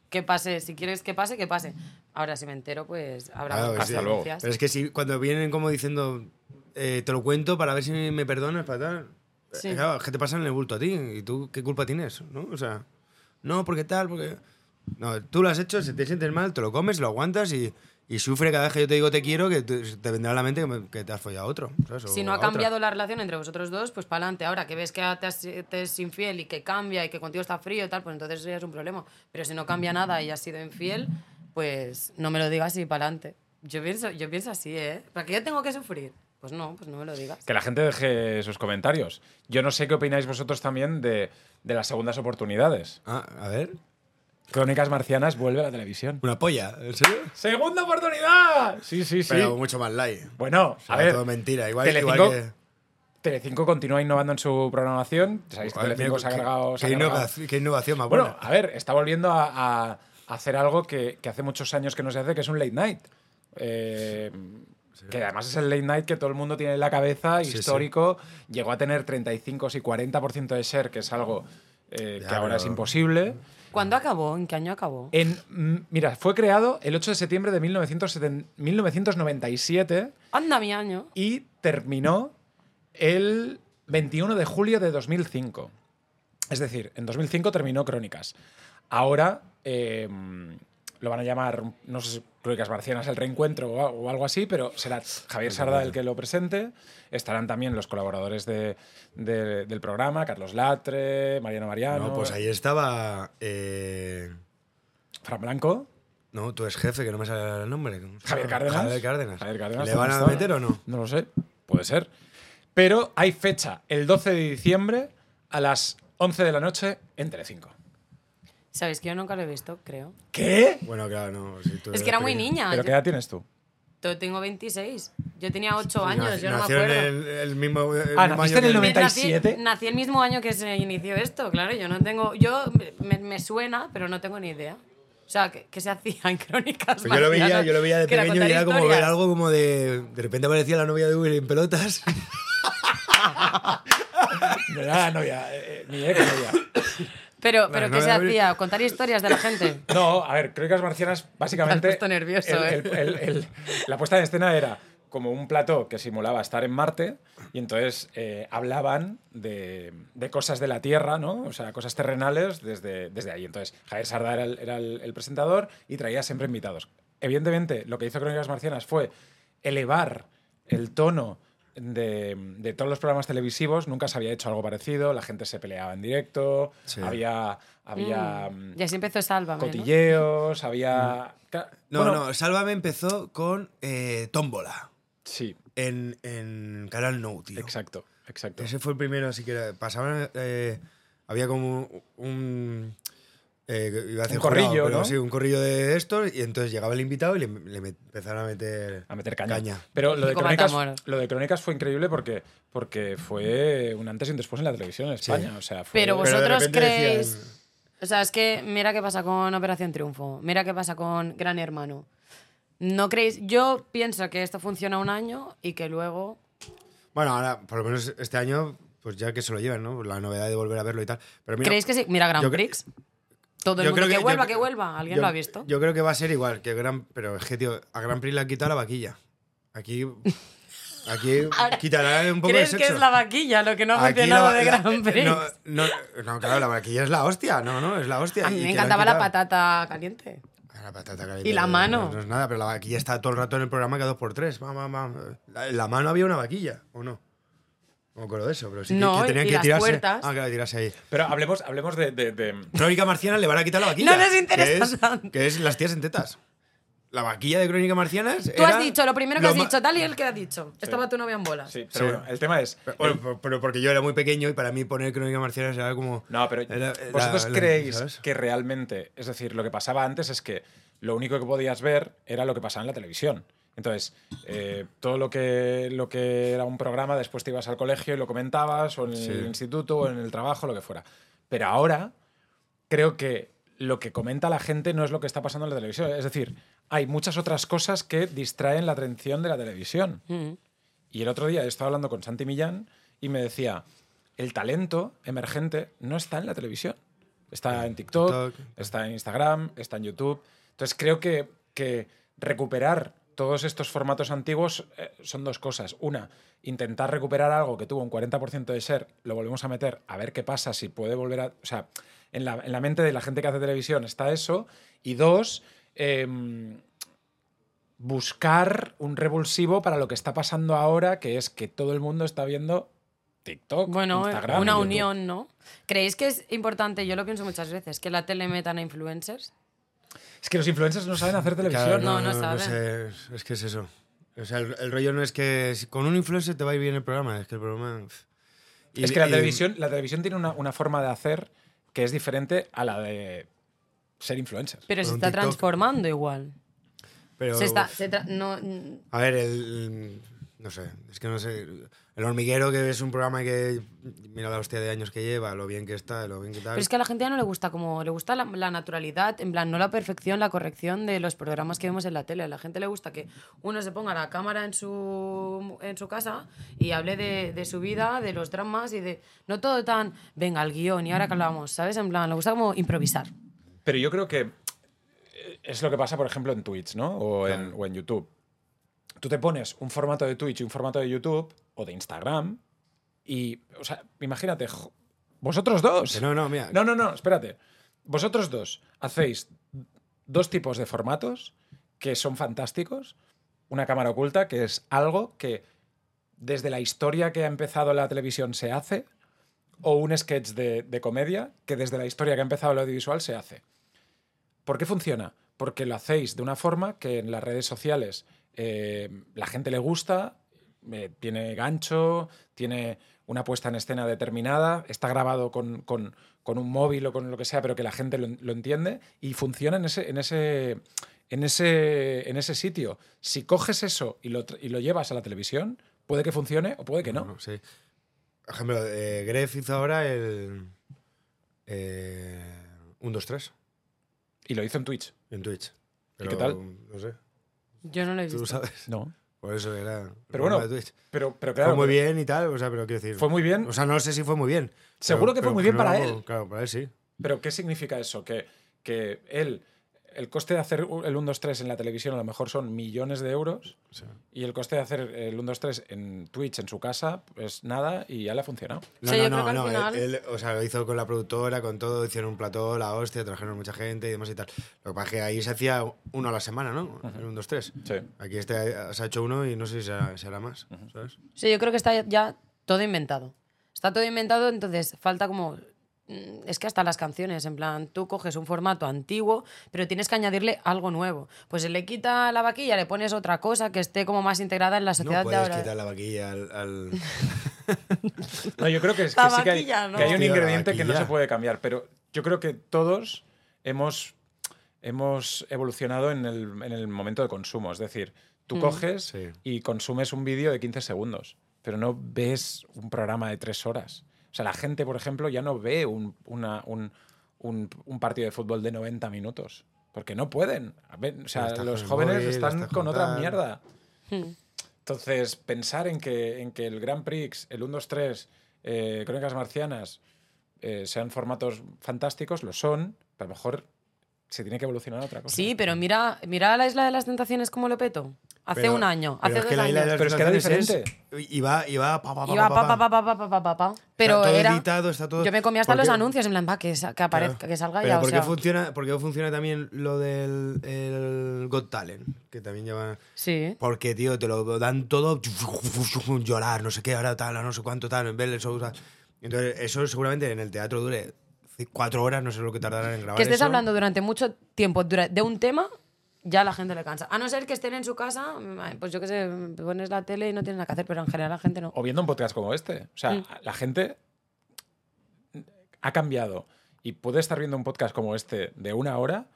Speaker 3: que pase, si quieres que pase, que pase. Ahora, si me entero, pues habrá
Speaker 2: Claro,
Speaker 3: más
Speaker 2: sí.
Speaker 1: Hasta luego.
Speaker 3: consecuencias.
Speaker 2: Pero es que si, cuando vienen como diciendo, eh, te lo cuento para ver si me perdonas, para tal.
Speaker 3: Sí.
Speaker 2: eh, Claro, es que te pasan el bulto a ti y tú qué culpa tienes, ¿no? O sea, no, porque tal, porque... No, tú lo has hecho, si te sientes mal, te lo comes, lo aguantas y, y sufre cada vez que yo te digo te quiero, que te, te vendrá a la mente que, me- que te has follado a otro. ¿sabes? O
Speaker 3: Si no
Speaker 2: a
Speaker 3: ha
Speaker 2: otra.
Speaker 3: cambiado la relación entre vosotros dos, pues para adelante. Ahora que ves que te, has- te es infiel y que cambia y que contigo está frío y tal, pues entonces ya es un problema. Pero si no cambia nada y has sido infiel, pues no me lo digas y para adelante. Yo pienso, yo pienso así, ¿eh? ¿Para qué yo tengo que sufrir? Pues no, pues no me lo digas.
Speaker 1: que la gente deje sus comentarios. Yo no sé qué opináis vosotros también de, de las segundas oportunidades.
Speaker 2: Ah, a ver,
Speaker 1: Crónicas Marcianas vuelve a la televisión.
Speaker 2: una polla, ¿en serio?
Speaker 1: ¡Segunda oportunidad! Sí, sí, sí.
Speaker 2: Pero mucho más light.
Speaker 1: bueno, a
Speaker 2: Sobre
Speaker 1: ver.
Speaker 2: todo mentira, igual,
Speaker 1: Telecinco-
Speaker 2: igual que...
Speaker 1: Telecinco continúa innovando en su programación. Sabéis que
Speaker 2: Joder,
Speaker 1: Telecinco se ha
Speaker 2: qué-
Speaker 1: cargado... se ha
Speaker 2: qué
Speaker 1: cargado-
Speaker 2: innovación, qué innovación más
Speaker 1: Bueno,
Speaker 2: buena.
Speaker 1: a ver, está volviendo a, a hacer algo que, que hace muchos años que no se hace, que es un late night. Eh, que además es el late night que todo el mundo tiene en la cabeza,
Speaker 2: sí.
Speaker 1: histórico. Llegó a tener 35 y 40% de share, que es algo eh,
Speaker 2: Ya,
Speaker 1: que ahora
Speaker 2: pero-
Speaker 1: es imposible.
Speaker 3: ¿Cuándo acabó? ¿En qué año
Speaker 2: Eh.
Speaker 3: acabó?
Speaker 1: En, mm, mira, fue creado el 8 de septiembre de 1970 1997
Speaker 3: Anda mi año.
Speaker 1: y terminó el 21 de julio de 2005. Es decir, en 2005 terminó Crónicas. Ahora eh, lo van a llamar, no sé si Crónicas Marcianas, el reencuentro o, a- o algo así, pero será Javier Sarda el que lo presente. Estarán también los colaboradores de- de- del programa, Carlos Latre, Mariano Mariano,
Speaker 2: No, pues ahí estaba... eh,
Speaker 1: Fran Blanco.
Speaker 2: No, tú es jefe, que no me sale el nombre.
Speaker 1: Javier Cárdenas.
Speaker 2: Javier Cárdenas.
Speaker 1: Javier Cárdenas,
Speaker 2: ¿Le
Speaker 1: ¿dónde
Speaker 2: van a
Speaker 1: estaba?
Speaker 2: meter o no?
Speaker 1: No lo sé, puede ser. Pero hay fecha, el 12 de diciembre a las 11 de la noche en Telecinco.
Speaker 3: ¿Sabéis que yo nunca lo he visto? Creo.
Speaker 1: ¿Qué?
Speaker 2: Bueno, claro, no. si tú
Speaker 3: Es
Speaker 2: eres
Speaker 3: que era muy
Speaker 2: pequeño.
Speaker 3: niña.
Speaker 1: ¿Pero
Speaker 3: yo-
Speaker 1: qué edad tienes tú?
Speaker 3: yo tengo 26. Yo tenía 8
Speaker 2: Nac-
Speaker 3: años, yo no me
Speaker 2: nació en
Speaker 3: acuerdo.
Speaker 2: el, el mismo. el
Speaker 1: Ah,
Speaker 2: mismo
Speaker 1: naciste
Speaker 2: año
Speaker 1: en el
Speaker 2: que-
Speaker 3: Me- nací-
Speaker 1: 97.
Speaker 3: Nací, el mismo año que se inició esto, claro. Yo no tengo. Yo me, me suena, pero no tengo ni idea. O sea, que, que se hacían crónicas.
Speaker 2: Pues yo lo veía,
Speaker 3: marcianas,
Speaker 2: yo lo veía de
Speaker 3: que era
Speaker 2: pequeño y
Speaker 3: contar
Speaker 2: era como
Speaker 3: historias.
Speaker 2: ver algo como de. De repente aparecía la novia de Uber en pelotas.
Speaker 1: No era novia, eh, eh, mi ex novia.
Speaker 3: Pero, pero
Speaker 2: Vale,
Speaker 3: ¿qué
Speaker 2: no
Speaker 3: se
Speaker 2: voy a
Speaker 3: hacía? ¿Contar historias de la gente?
Speaker 1: No, a ver, Crónicas Marcianas, básicamente.
Speaker 3: Te has puesto nervioso,
Speaker 1: el-
Speaker 3: ¿eh?
Speaker 1: el- el- el- la puesta en escena era como un plató que simulaba estar en Marte y entonces eh, hablaban de, de cosas de la Tierra, ¿no? O sea, cosas terrenales desde, desde ahí. Entonces, Javier Sarda era, el, era el- el presentador y traía siempre invitados. Evidentemente, lo que hizo Crónicas Marcianas fue elevar el tono de, de todos los programas televisivos. Nunca se había hecho algo parecido, la gente se peleaba en directo,
Speaker 2: Sí.
Speaker 1: había, había mm,
Speaker 3: Y así empezó Sálvame. ¿no?
Speaker 1: cotilleos, había. Ca-
Speaker 2: Mm. No,
Speaker 1: bueno,
Speaker 2: no, Sálvame empezó con eh, Tómbola.
Speaker 1: Sí,
Speaker 2: En, en Canal No, tío.
Speaker 1: exacto, exacto.
Speaker 2: Ese fue el primero, así que era- pasaban. eh, había como un. eh, iba a decir
Speaker 1: Un corrillo,
Speaker 2: jurado, pero
Speaker 1: ¿no?
Speaker 2: Sí, un corrillo de estos, y entonces llegaba el invitado y le, le met- empezaron a meter.
Speaker 1: A meter caña. Pero lo de,
Speaker 3: Kiko
Speaker 1: crónicas,
Speaker 3: Matamoros.
Speaker 1: lo de Crónicas fue increíble porque, porque fue un antes y un después en la televisión en España. O sea, fue-
Speaker 3: Pero
Speaker 2: Pero de
Speaker 3: vosotros
Speaker 2: repente
Speaker 3: creéis.
Speaker 2: decían-
Speaker 3: O sea, es que mira qué pasa con Operación Triunfo, mira qué pasa con Gran Hermano. No creéis. Yo pienso que esto funciona un año y que luego.
Speaker 2: Bueno, ahora, por lo menos este año, pues ya que se lo llevan, ¿no? Por La novedad de volver a verlo y tal. Pero mira,
Speaker 3: ¿Creéis que sí? Mira Grand
Speaker 2: yo cre-
Speaker 3: Prix. Todo el
Speaker 2: yo
Speaker 3: mundo
Speaker 2: creo
Speaker 3: que,
Speaker 2: yo
Speaker 3: vuelva,
Speaker 2: cre-
Speaker 3: que vuelva. ¿Alguien
Speaker 2: yo-
Speaker 3: lo ha visto?
Speaker 2: Yo creo que va a ser igual que Gran. Pero es que, tío, a Gran Prix le han quitado la vaquilla. Aquí. Aquí quitará un poco de
Speaker 3: ¿Crees
Speaker 2: sexo.
Speaker 3: que es la vaquilla lo que no ha
Speaker 2: Aquí
Speaker 3: funcionado
Speaker 2: la-
Speaker 3: de
Speaker 2: la- eh,
Speaker 3: Grand Prix?
Speaker 2: No, no, no, claro, la vaquilla es la hostia. No, no, es la hostia.
Speaker 3: a mí
Speaker 2: Y
Speaker 3: me
Speaker 2: que le han
Speaker 3: encantaba la
Speaker 2: quitado. Ah,
Speaker 3: patata caliente.
Speaker 2: La patata caliente.
Speaker 3: Y la mano.
Speaker 2: No, no es nada, pero la vaquilla está todo el rato en el programa que a dos por tres. Va, va, va. La- En la mano había una vaquilla, ¿o no? No me acuerdo de eso, pero sí que-
Speaker 3: No,
Speaker 2: que, tenían
Speaker 3: y
Speaker 2: que
Speaker 3: las
Speaker 2: tirarse.
Speaker 3: puertas.
Speaker 2: Ah, claro, tirarse ahí.
Speaker 1: Pero hablemos, hablemos de, de- de-
Speaker 2: Crónica Marciana le van a quitar la vaquilla.
Speaker 3: No les
Speaker 2: que
Speaker 3: interesa
Speaker 2: es-
Speaker 3: tanto.
Speaker 2: Que es las tías en tetas. La vaquilla de Crónica Marciana es.
Speaker 3: Tú has dicho lo primero que has dicho, tal y el que has dicho. Estaba tu novia en bolas.
Speaker 1: Sí, pero
Speaker 2: Sí.
Speaker 1: bueno, el tema es.
Speaker 2: Bueno, por- pero porque yo era muy pequeño y para mí poner Crónica Marciana era como.
Speaker 1: No, pero
Speaker 2: era- era-
Speaker 1: vosotros
Speaker 2: la-
Speaker 1: creéis
Speaker 2: ¿sabes?
Speaker 1: que realmente, es decir, lo que pasaba antes es que lo único que podías ver era lo que pasaba en la televisión. Entonces, eh, todo lo que, lo que era un programa, después te ibas al colegio y lo comentabas, o en
Speaker 2: Sí.
Speaker 1: el instituto, o en el trabajo, lo que fuera. Pero ahora creo que lo que comenta la gente no es lo que está pasando en la televisión. Es decir, hay muchas otras cosas que distraen la atención de la televisión. Y el otro día estaba hablando con Santi Millán y me decía, el talento emergente no está en la televisión. Está en TikTok,
Speaker 2: TikTok.
Speaker 1: está en Instagram, está en YouTube. Entonces creo que, que recuperar todos estos formatos antiguos eh, son dos cosas. Una, intentar recuperar algo que tuvo un 40% de ser, lo volvemos a meter, a ver qué pasa, si puede volver a... O sea, en la, en la mente de la gente que hace televisión está eso. Y dos, em, buscar un revulsivo para lo que está pasando ahora, que es que todo el mundo está viendo TikTok,
Speaker 3: Bueno, eh,
Speaker 1: Instagram,
Speaker 3: una
Speaker 1: YouTube.
Speaker 3: unión, ¿no? ¿Creéis que es importante, yo lo pienso muchas veces, que la tele metan a influencers?
Speaker 1: Es que los influencers no saben hacer
Speaker 2: Claro,
Speaker 1: televisión.
Speaker 3: no, no saben.
Speaker 2: sé, es que es eso. O sea, el, el rollo no es que si con un influencer te va a ir bien el programa, es que el programa. pff. Y-
Speaker 1: Es que la
Speaker 2: y-
Speaker 1: televisión, la televisión tiene una, una forma de hacer que es diferente a la de ser influencer.
Speaker 3: Pero se
Speaker 2: Con un
Speaker 3: está
Speaker 2: TikTok.
Speaker 3: transformando igual.
Speaker 2: pero-
Speaker 3: Se está, se tra- no, mm,
Speaker 2: A ver, el. No sé, es que no sé. El hormiguero, que es un programa que. Mira la hostia de años que lleva, lo bien que está, lo bien que tal.
Speaker 3: pero es que a la gente ya no le gusta como le gusta la, la naturalidad, en plan, no la perfección, la corrección de los programas que vemos en la tele. A la gente le gusta que uno se ponga la cámara en su, en su casa y hable de, de su vida, de los dramas y de... No todo tan, venga, el guión y ahora que hablamos, ¿sabes? En plan, le gusta como improvisar.
Speaker 1: Pero yo creo que eh, es lo que pasa, por ejemplo, en Twitch, ¿no? O, en, o en YouTube. Tú te pones un formato de Twitch y un formato de YouTube o de Instagram y, o sea, imagínate, jo- vosotros dos.
Speaker 2: Que No, no, mira.
Speaker 1: No, no, no, espérate. Vosotros dos hacéis dos tipos de formatos que son fantásticos. Una cámara oculta, que es algo que desde la historia que ha empezado la televisión se hace, o un sketch de, de comedia que desde la historia que ha empezado el audiovisual se hace. ¿Por qué funciona? Porque lo hacéis de una forma que en las redes sociales eh, la gente le gusta, eh, tiene gancho, tiene una puesta en escena determinada, está grabado con, con- con un móvil o con lo que sea, pero que la gente lo, en- lo entiende y funciona en ese, en, ese, en, ese, en ese sitio. Si coges eso y lo, tra- y lo llevas a la televisión, puede que funcione o puede que no.
Speaker 2: No, sí. Por ejemplo, eh, Gref hizo ahora el. Eh, 1, 2, 3
Speaker 1: Y lo hizo en Twitch.
Speaker 2: en Twitch.
Speaker 1: ¿Y qué
Speaker 2: Pero,
Speaker 1: tal?
Speaker 2: No sé.
Speaker 3: Yo no lo he visto.
Speaker 2: Tú sabes.
Speaker 1: No.
Speaker 2: Por eso era. el
Speaker 1: Pero
Speaker 2: programa
Speaker 1: bueno,
Speaker 2: de Twitch.
Speaker 1: pero, pero claro.
Speaker 2: fue muy
Speaker 1: pero-
Speaker 2: bien y tal, o sea, pero quiero decir.
Speaker 1: Fue muy bien.
Speaker 2: O sea, no sé si fue muy bien.
Speaker 1: Seguro que fue muy bien para
Speaker 2: luego,
Speaker 1: él.
Speaker 2: Claro, para él sí.
Speaker 1: Pero ¿qué significa eso? Que, que él, el coste de hacer el 1, 2, 3 en la televisión a lo mejor son millones de euros y el coste de hacer el 1, 2, 3 en Twitch, en su casa, es nada y ya le ha funcionado.
Speaker 2: No,
Speaker 3: O sea,
Speaker 2: no,
Speaker 3: yo
Speaker 2: no,
Speaker 3: creo que al
Speaker 2: no,
Speaker 3: final-
Speaker 2: Él, él, o sea, lo hizo con la productora, con todo, hicieron un plató, la hostia, trajeron mucha gente y demás y tal. Lo que pasa es que ahí se hacía uno a la semana, ¿no? En un, dos, tres.
Speaker 1: Sí.
Speaker 2: Aquí este ha- se ha hecho uno y no sé si se hará, se hará más, ¿sabes?
Speaker 3: Sí, yo creo que está ya todo inventado. Está todo inventado, entonces falta como... mm, Es que hasta las canciones, en plan, tú coges un formato antiguo, pero tienes que añadirle algo nuevo. Pues le quita la vaquilla, le pones otra cosa que esté como más integrada en la
Speaker 2: No
Speaker 3: sociedad de
Speaker 2: puedes
Speaker 3: ahora. ¿eh?
Speaker 2: quitar la vaquilla al... al-
Speaker 1: No, yo creo que, es,
Speaker 3: La
Speaker 1: que sí que hay,
Speaker 3: vaquilla, ¿no?
Speaker 1: que hay un
Speaker 2: Hostia, la
Speaker 1: ingrediente que no se
Speaker 2: vaquilla.
Speaker 1: puede cambiar, pero yo creo que todos hemos, hemos evolucionado en el, en el momento de consumo. Es decir, tú
Speaker 3: Mm.
Speaker 1: coges
Speaker 2: Sí.
Speaker 1: y consumes un vídeo de 15 segundos, pero no ves un programa de tres horas. O sea, la gente, por ejemplo, ya no ve un, una- un- un- un partido de fútbol de 90 minutos. Porque no pueden. A ver, O sea,
Speaker 2: Estás
Speaker 1: los
Speaker 2: con el
Speaker 1: jóvenes
Speaker 2: móvil,
Speaker 1: están
Speaker 2: estás
Speaker 1: con
Speaker 2: con
Speaker 1: otra
Speaker 2: tal.
Speaker 1: mierda. Entonces, pensar en que, en que el Grand Prix, el 1-2-3, eh, Crónicas Marcianas, eh, sean formatos fantásticos, lo son, pero a lo mejor se tiene que evolucionar a otra cosa.
Speaker 3: Sí, pero mira, mira la Isla de las Tentaciones como lo peto. Hace
Speaker 2: Pero-
Speaker 3: un año,
Speaker 2: pero
Speaker 3: hace
Speaker 2: es
Speaker 3: dos
Speaker 2: que la
Speaker 3: años.
Speaker 2: isla de las
Speaker 1: Pero es que era
Speaker 2: tentaciones
Speaker 1: diferente.
Speaker 2: es- iba, iba, pa, pa, pa,
Speaker 3: Iba
Speaker 2: pa,
Speaker 3: pa,
Speaker 2: pa,
Speaker 3: pa, pa, pa, pa, pa, pa, pa. Pero
Speaker 2: todo
Speaker 3: era.
Speaker 2: editado, está todo-
Speaker 3: Yo me comía hasta
Speaker 2: ¿Por
Speaker 3: los
Speaker 2: qué?
Speaker 3: anuncios, en plan, va, que, sa- que aparezca,
Speaker 2: Claro.
Speaker 3: que salga
Speaker 2: Pero
Speaker 3: ya. o
Speaker 2: ¿por, qué
Speaker 3: sea.
Speaker 2: funciona, ¿Por qué funciona también lo del el Got Talent? Que también llevan...
Speaker 3: Sí.
Speaker 2: Porque, tío, te lo dan todo llorar, no sé qué, ahora tal, no sé cuánto tal, en vez del show. tal. Entonces, eso seguramente en el teatro dure c- cuatro horas, no sé lo que tardarán en grabar.
Speaker 3: Que estés
Speaker 2: eso.
Speaker 3: hablando durante mucho tiempo dura- de un tema, ya la gente le cansa. A no ser que estén en su casa, mm, pues yo qué sé, pones la tele y no tienes nada que hacer, pero en general la gente no.
Speaker 1: O viendo un podcast como este. O
Speaker 3: Mm.
Speaker 1: sea, la gente ha cambiado y puede estar viendo un podcast como este de una hora,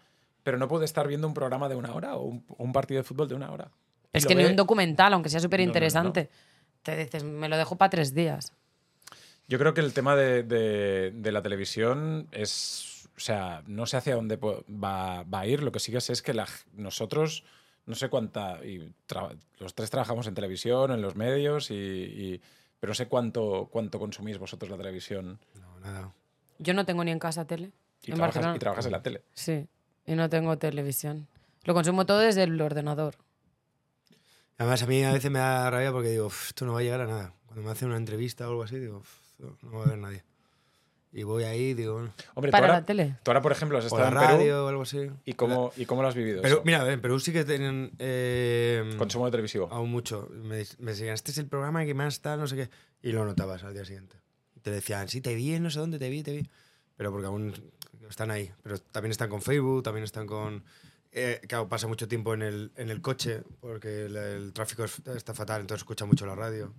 Speaker 1: pero no puede estar viendo un programa de una hora o un, un partido de fútbol de una hora. Y
Speaker 3: Es
Speaker 1: lo
Speaker 3: que ni
Speaker 1: ve-
Speaker 3: un documental, aunque sea súper interesante.
Speaker 1: No,
Speaker 3: Te dices, me lo dejo para tres días.
Speaker 1: Yo creo que el tema de, de- de la televisión es. O sea, no sé hacia dónde po- va, va a ir. Lo que sí que sé es que la g- nosotros, no sé cuánta. y tra- los tres trabajamos en televisión, en los medios, y, y- pero no sé cuánto, cuánto consumís vosotros la televisión.
Speaker 2: No, nada.
Speaker 3: Yo no tengo ni en casa tele.
Speaker 1: Y
Speaker 3: en
Speaker 1: trabajas,
Speaker 3: Barcelona.
Speaker 1: y trabajas en la tele.
Speaker 3: Sí, y no tengo televisión. Lo consumo todo desde el ordenador.
Speaker 2: Además, a mí a veces me da rabia porque digo, "Uf, esto no va a llegar a nada. Cuando me hacen una entrevista o algo así, digo, "Uf, no- no va a haber nadie. Y voy ahí, digo, bueno,
Speaker 1: Hombre,
Speaker 3: Para
Speaker 1: tú ahora,
Speaker 3: la tele.
Speaker 1: tú ahora, por ejemplo, has
Speaker 2: o
Speaker 1: estado
Speaker 2: la
Speaker 1: en Perú.
Speaker 2: radio o algo así.
Speaker 1: ¿Y cómo, ¿Y cómo lo has vivido?
Speaker 2: Pero
Speaker 1: eso?
Speaker 2: mira, en Perú sí que tienen. eh,
Speaker 1: Consumo de televisivo.
Speaker 2: Aún mucho. Me, dis- me decían, este es el programa que más tal, no sé qué. Y lo notabas al día siguiente. Y Te decían, sí, te vi, en no sé dónde te vi, te vi. Pero porque aún están ahí. Pero también están con Facebook, también están con... eh, claro, pasa mucho tiempo en el, en el coche porque el, el tráfico es- está fatal, entonces escucha mucho la radio.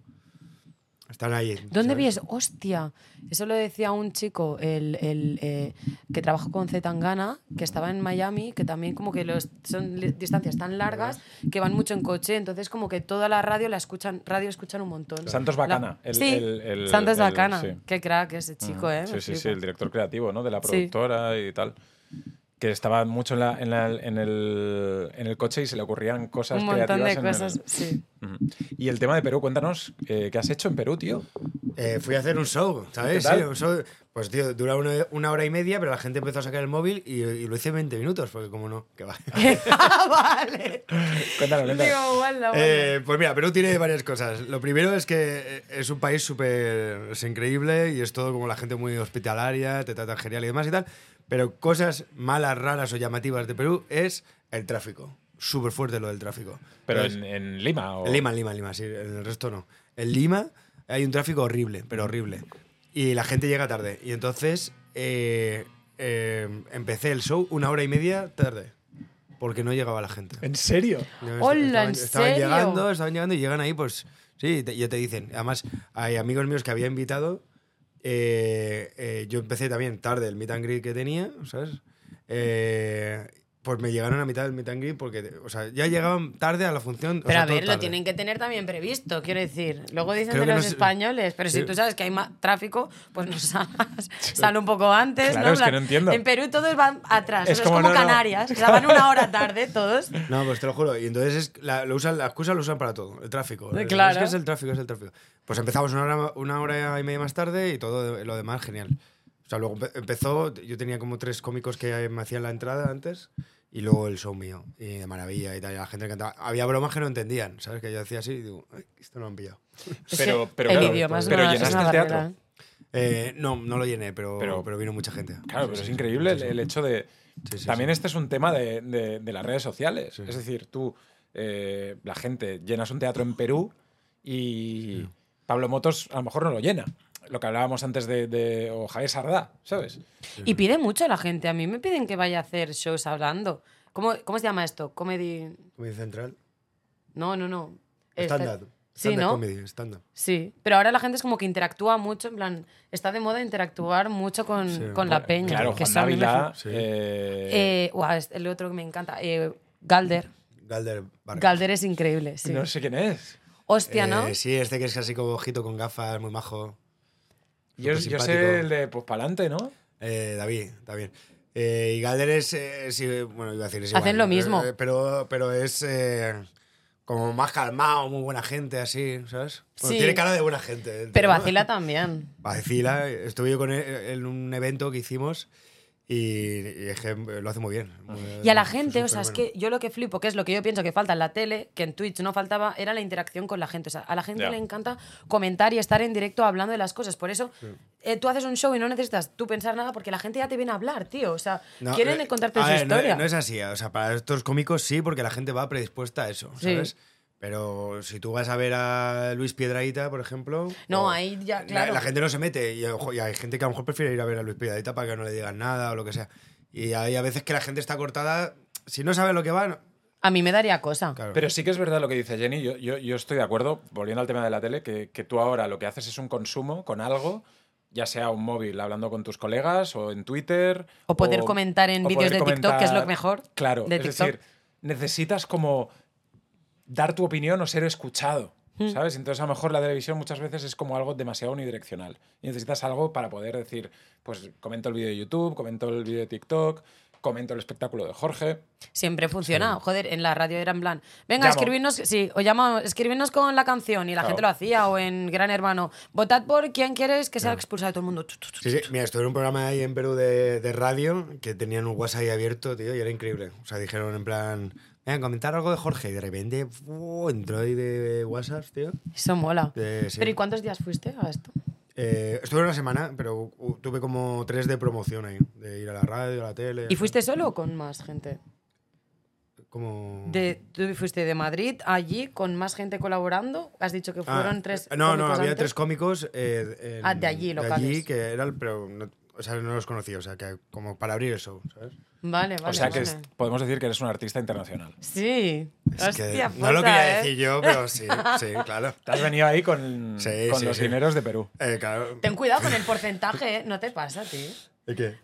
Speaker 2: Están ahí.
Speaker 3: ¿Dónde
Speaker 2: ¿sabes?
Speaker 3: vies? ¡Hostia! Eso lo decía un chico el, el, eh, que trabajó con Zetangana, que estaba en Miami, que también como que los, son li- distancias tan largas que van mucho en coche, entonces como que toda la radio la escuchan, radio escuchan un montón.
Speaker 1: Santos
Speaker 3: La-
Speaker 1: Bacana. el-
Speaker 3: sí,
Speaker 1: el- el-
Speaker 3: Santos
Speaker 1: el-
Speaker 3: Bacana.
Speaker 1: sí. Mm,
Speaker 3: Qué crack ese chico, ¿eh?
Speaker 1: Sí,
Speaker 3: Me
Speaker 1: sí, sí,
Speaker 3: flipa.
Speaker 1: el director creativo, ¿no? De la
Speaker 3: Sí.
Speaker 1: productora y tal. Que estaba mucho en, la- en la- en el, en el coche y se le ocurrían cosas
Speaker 3: Un montón
Speaker 1: creativas.
Speaker 3: de
Speaker 1: en el-
Speaker 3: cosas, sí.
Speaker 1: Ujú. Y el tema de Perú, cuéntanos, eh, ¿qué has hecho en Perú, tío?
Speaker 2: Eh, fui a hacer un show, ¿sabes?
Speaker 1: ¿Qué tal?
Speaker 2: Sí, un show. Pues tío, dura una, una hora y media, pero la gente empezó a sacar el móvil y, y lo hice en 20 minutos, porque como no, que va.
Speaker 3: Ah, vale.
Speaker 1: Cuéntanos, cuéntanos.
Speaker 3: Digo, guarda, guarda.
Speaker 2: Eh, pues mira, Perú tiene varias cosas. Lo primero es que eh, es un país súper es increíble y es todo como la gente muy hospitalaria, te tratan genial y demás y tal. Pero cosas malas, raras o llamativas de Perú es el tráfico. Súper fuerte lo del tráfico.
Speaker 1: Pero
Speaker 2: Entonces,
Speaker 1: en, en Lima o...
Speaker 2: en pues, Lima, en Lima, en Lima, sí, en el resto no. En Lima hay un tráfico horrible, pero horrible. Y la gente llega tarde. Y entonces eh, eh, empecé el show una hora y media tarde, porque no llegaba la gente.
Speaker 1: ¿En serio?
Speaker 2: No, est-
Speaker 3: Hola,
Speaker 2: estaban,
Speaker 3: ¿en
Speaker 2: estaban
Speaker 3: serio?
Speaker 2: llegando, estaban llegando y llegan ahí, pues sí, te- ya te dicen. Además, hay amigos míos que había invitado. eh, eh, yo empecé también tarde el meet and greet que tenía, ¿sabes? Eh, pues me llegaron a mitad del meet and greet porque, o sea, ya llegaban tarde a la función. o
Speaker 3: Pero
Speaker 2: sea,
Speaker 3: a
Speaker 2: todo
Speaker 3: ver, lo
Speaker 2: tarde.
Speaker 3: tienen que tener también previsto, quiero decir. Luego dicen
Speaker 2: Creo
Speaker 3: de
Speaker 2: que
Speaker 3: los
Speaker 2: no es-
Speaker 3: españoles, pero si
Speaker 2: Sí.
Speaker 3: tú sabes que hay más tráfico, pues no salgas. Sal un poco antes.
Speaker 1: Claro,
Speaker 3: ¿no?
Speaker 1: es que no entiendo.
Speaker 3: En Perú todos van atrás.
Speaker 1: Es
Speaker 3: o sea,
Speaker 1: como,
Speaker 3: es
Speaker 1: no,
Speaker 3: como
Speaker 1: no.
Speaker 3: Canarias. que van una hora tarde todos.
Speaker 2: No, pues te lo juro. Y entonces es- la, lo usan, la excusa lo usan para todo, el tráfico.
Speaker 3: Eh,
Speaker 2: Es-
Speaker 3: claro.
Speaker 2: Es que es el tráfico, es el tráfico. Pues empezamos una hora, una hora y media más tarde y todo de- lo demás genial. O sea, luego empe- empezó, yo tenía como tres cómicos que me hacían la entrada antes y luego el show mío. Y de maravilla y tal, y la gente encantaba. Había bromas que no entendían, ¿sabes? Que yo decía así y digo, "Ay, esto no lo han pillado.
Speaker 3: Es
Speaker 1: Pero-
Speaker 3: que
Speaker 1: pero
Speaker 3: el
Speaker 1: claro,
Speaker 3: idioma es
Speaker 1: pero
Speaker 3: una,
Speaker 1: llenaste
Speaker 3: es una
Speaker 1: el teatro.
Speaker 3: barrera.
Speaker 2: Eh, no, no lo llené, pero,
Speaker 1: Pero-
Speaker 2: pero, vino mucha gente.
Speaker 1: Claro,
Speaker 2: Sí,
Speaker 1: pero
Speaker 2: sí,
Speaker 1: es
Speaker 2: sí.
Speaker 1: increíble el, el hecho de...
Speaker 2: Sí, sí,
Speaker 1: También
Speaker 2: sí.
Speaker 1: este es un tema de, de- de las redes sociales. Es decir, tú, eh, la gente, llenas un teatro en Perú y Pablo Motos a lo mejor no lo llena. Lo que hablábamos antes de... de- o Javier Sardá, ¿sabes?
Speaker 3: Y pide mucho la gente. A mí me piden que vaya a hacer shows hablando. ¿Cómo, cómo se llama esto? Comedy.
Speaker 2: Comedy Central.
Speaker 3: No, no, no. Este-
Speaker 2: Estándar.
Speaker 3: Sí, ¿no?
Speaker 2: Comedy, estándar.
Speaker 3: Sí, pero ahora la gente es como que interactúa mucho, en plan, está de moda interactuar mucho con,
Speaker 2: Sí.
Speaker 3: con la peña.
Speaker 1: Claro,
Speaker 3: que
Speaker 1: Juan
Speaker 3: eso a mí me
Speaker 1: Dávila...
Speaker 2: Sí.
Speaker 1: eh,
Speaker 3: Eh, guau, es el otro que me encanta. eh, Galder.
Speaker 2: Galder Vargas.
Speaker 3: Galder es increíble, Eh, sí.
Speaker 1: No sé quién es.
Speaker 3: Hostia, ¿no?
Speaker 2: Eh, sí, este que es así como ojito con gafas, muy majo.
Speaker 1: Yo,
Speaker 2: Súper
Speaker 1: yo sé
Speaker 2: simpático.
Speaker 1: el de Pospalante, ¿no?
Speaker 2: Eh, David, también. Eh, y Galder es, eh, sí, bueno, iba a decir, es igual,
Speaker 3: Hacen lo mismo.
Speaker 2: eh, pero, pero es eh, como más calmado, muy buena gente, así, ¿sabes? Bueno,
Speaker 3: Sí.
Speaker 2: Tiene cara de buena gente. el
Speaker 3: Pero
Speaker 2: tío, ¿no?
Speaker 3: vacila también.
Speaker 2: Vacila. Estuve yo con él en un evento que hicimos Y, y es que lo hace muy bien. Muy-
Speaker 3: Y a la gente, o sea, es
Speaker 2: superbueno.
Speaker 3: que yo lo que flipo, que es lo que yo pienso que falta en la tele, que en Twitch no faltaba, era la interacción con la gente. O sea, a la gente
Speaker 5: Ya.
Speaker 3: le encanta comentar y estar en directo hablando de las cosas. Por eso eh, tú haces un show y no necesitas tú pensar nada porque la gente ya te viene a hablar, tío. O sea,
Speaker 2: No,
Speaker 3: quieren
Speaker 2: eh,
Speaker 3: contarte
Speaker 2: a
Speaker 3: su
Speaker 2: ver, no-
Speaker 3: historia.
Speaker 2: No, es así, o sea, para estos cómicos sí, porque la gente va predispuesta a eso,
Speaker 3: Sí.
Speaker 2: ¿sabes? Pero si tú vas a ver a Luis Piedraíta, por ejemplo...
Speaker 3: No,
Speaker 2: o-
Speaker 3: ahí ya,
Speaker 2: la-
Speaker 3: claro.
Speaker 2: La, gente no se mete y, ojo, y hay gente que a lo mejor prefiere ir a ver a Luis Piedraíta para que no le digan nada o lo que sea. Y hay a veces que la gente está cortada, si no sabe lo que va... no-
Speaker 3: A mí me daría cosa.
Speaker 2: Claro.
Speaker 1: Pero sí que es verdad lo que dice Jenny. Yo, yo, yo estoy de acuerdo, volviendo al tema de la tele, que, que tú ahora lo que haces es un consumo con algo, ya sea un móvil hablando con tus colegas o en Twitter.
Speaker 3: O poder comentar en
Speaker 1: o
Speaker 3: vídeos
Speaker 1: poder
Speaker 3: de TikTok, que es lo mejor
Speaker 1: Claro,
Speaker 3: de
Speaker 1: es
Speaker 3: TikTok.
Speaker 1: decir, necesitas como dar tu opinión o ser escuchado.
Speaker 3: Hmm.
Speaker 1: ¿Sabes? Entonces, a lo mejor la televisión muchas veces es como algo demasiado unidireccional. Y necesitas algo para poder decir, pues comento el vídeo de YouTube, comento el vídeo de TikTok, comento el espectáculo de Jorge.
Speaker 3: Siempre funciona. Joder, en la radio era en plan, venga,
Speaker 1: Llamo.
Speaker 3: escribirnos, sí, o llamamos, escribirnos con la canción y la
Speaker 1: Claro.
Speaker 3: gente lo hacía, o en Gran Hermano, votad por quién quieres que sea expulsado de todo el mundo. Tu, tu, tu,
Speaker 2: Sí, sí. Mira, estuve en un programa ahí en Perú de, de radio que tenían un WhatsApp ahí abierto, tío, y era increíble. O sea, dijeron en plan, venga, comentar algo de Jorge. Y de repente, ¡fu! entró ahí de WhatsApp, tío.
Speaker 3: Eso mola.
Speaker 2: Eh, sí.
Speaker 3: Pero ¿y cuántos días fuiste a esto?
Speaker 2: Eh, estuve una semana, pero uh, tuve como tres de promoción ahí. De ir a la radio, a la tele.
Speaker 3: ¿Y fuiste solo o con más gente?
Speaker 2: Como...
Speaker 3: De, ¿Tú fuiste de Madrid allí con más gente colaborando? ¿Has dicho que
Speaker 2: Ah,
Speaker 3: fueron tres?
Speaker 2: eh, No, no,
Speaker 3: cómicos
Speaker 2: había
Speaker 3: antes?
Speaker 2: tres cómicos. eh, en-
Speaker 3: Ah, de allí, locales.
Speaker 2: que era el... Pero no, o sea, no los conocía, o sea, que como para abrir el show, ¿sabes?
Speaker 3: Vale, vale.
Speaker 1: o sea que es-
Speaker 3: vale.
Speaker 1: podemos decir que eres un artista internacional.
Speaker 3: Sí.
Speaker 2: Es que
Speaker 3: Hostia,
Speaker 2: no lo
Speaker 3: puta,
Speaker 2: quería
Speaker 3: ¿eh?
Speaker 2: decir yo, pero sí, sí, claro.
Speaker 1: Te has venido ahí con,
Speaker 2: Sí,
Speaker 1: con
Speaker 2: sí,
Speaker 1: los
Speaker 2: sí.
Speaker 1: dineros de Perú.
Speaker 2: Eh, claro.
Speaker 3: Ten cuidado con el porcentaje, ¿eh? No te pasa, tío.
Speaker 2: ¿De qué?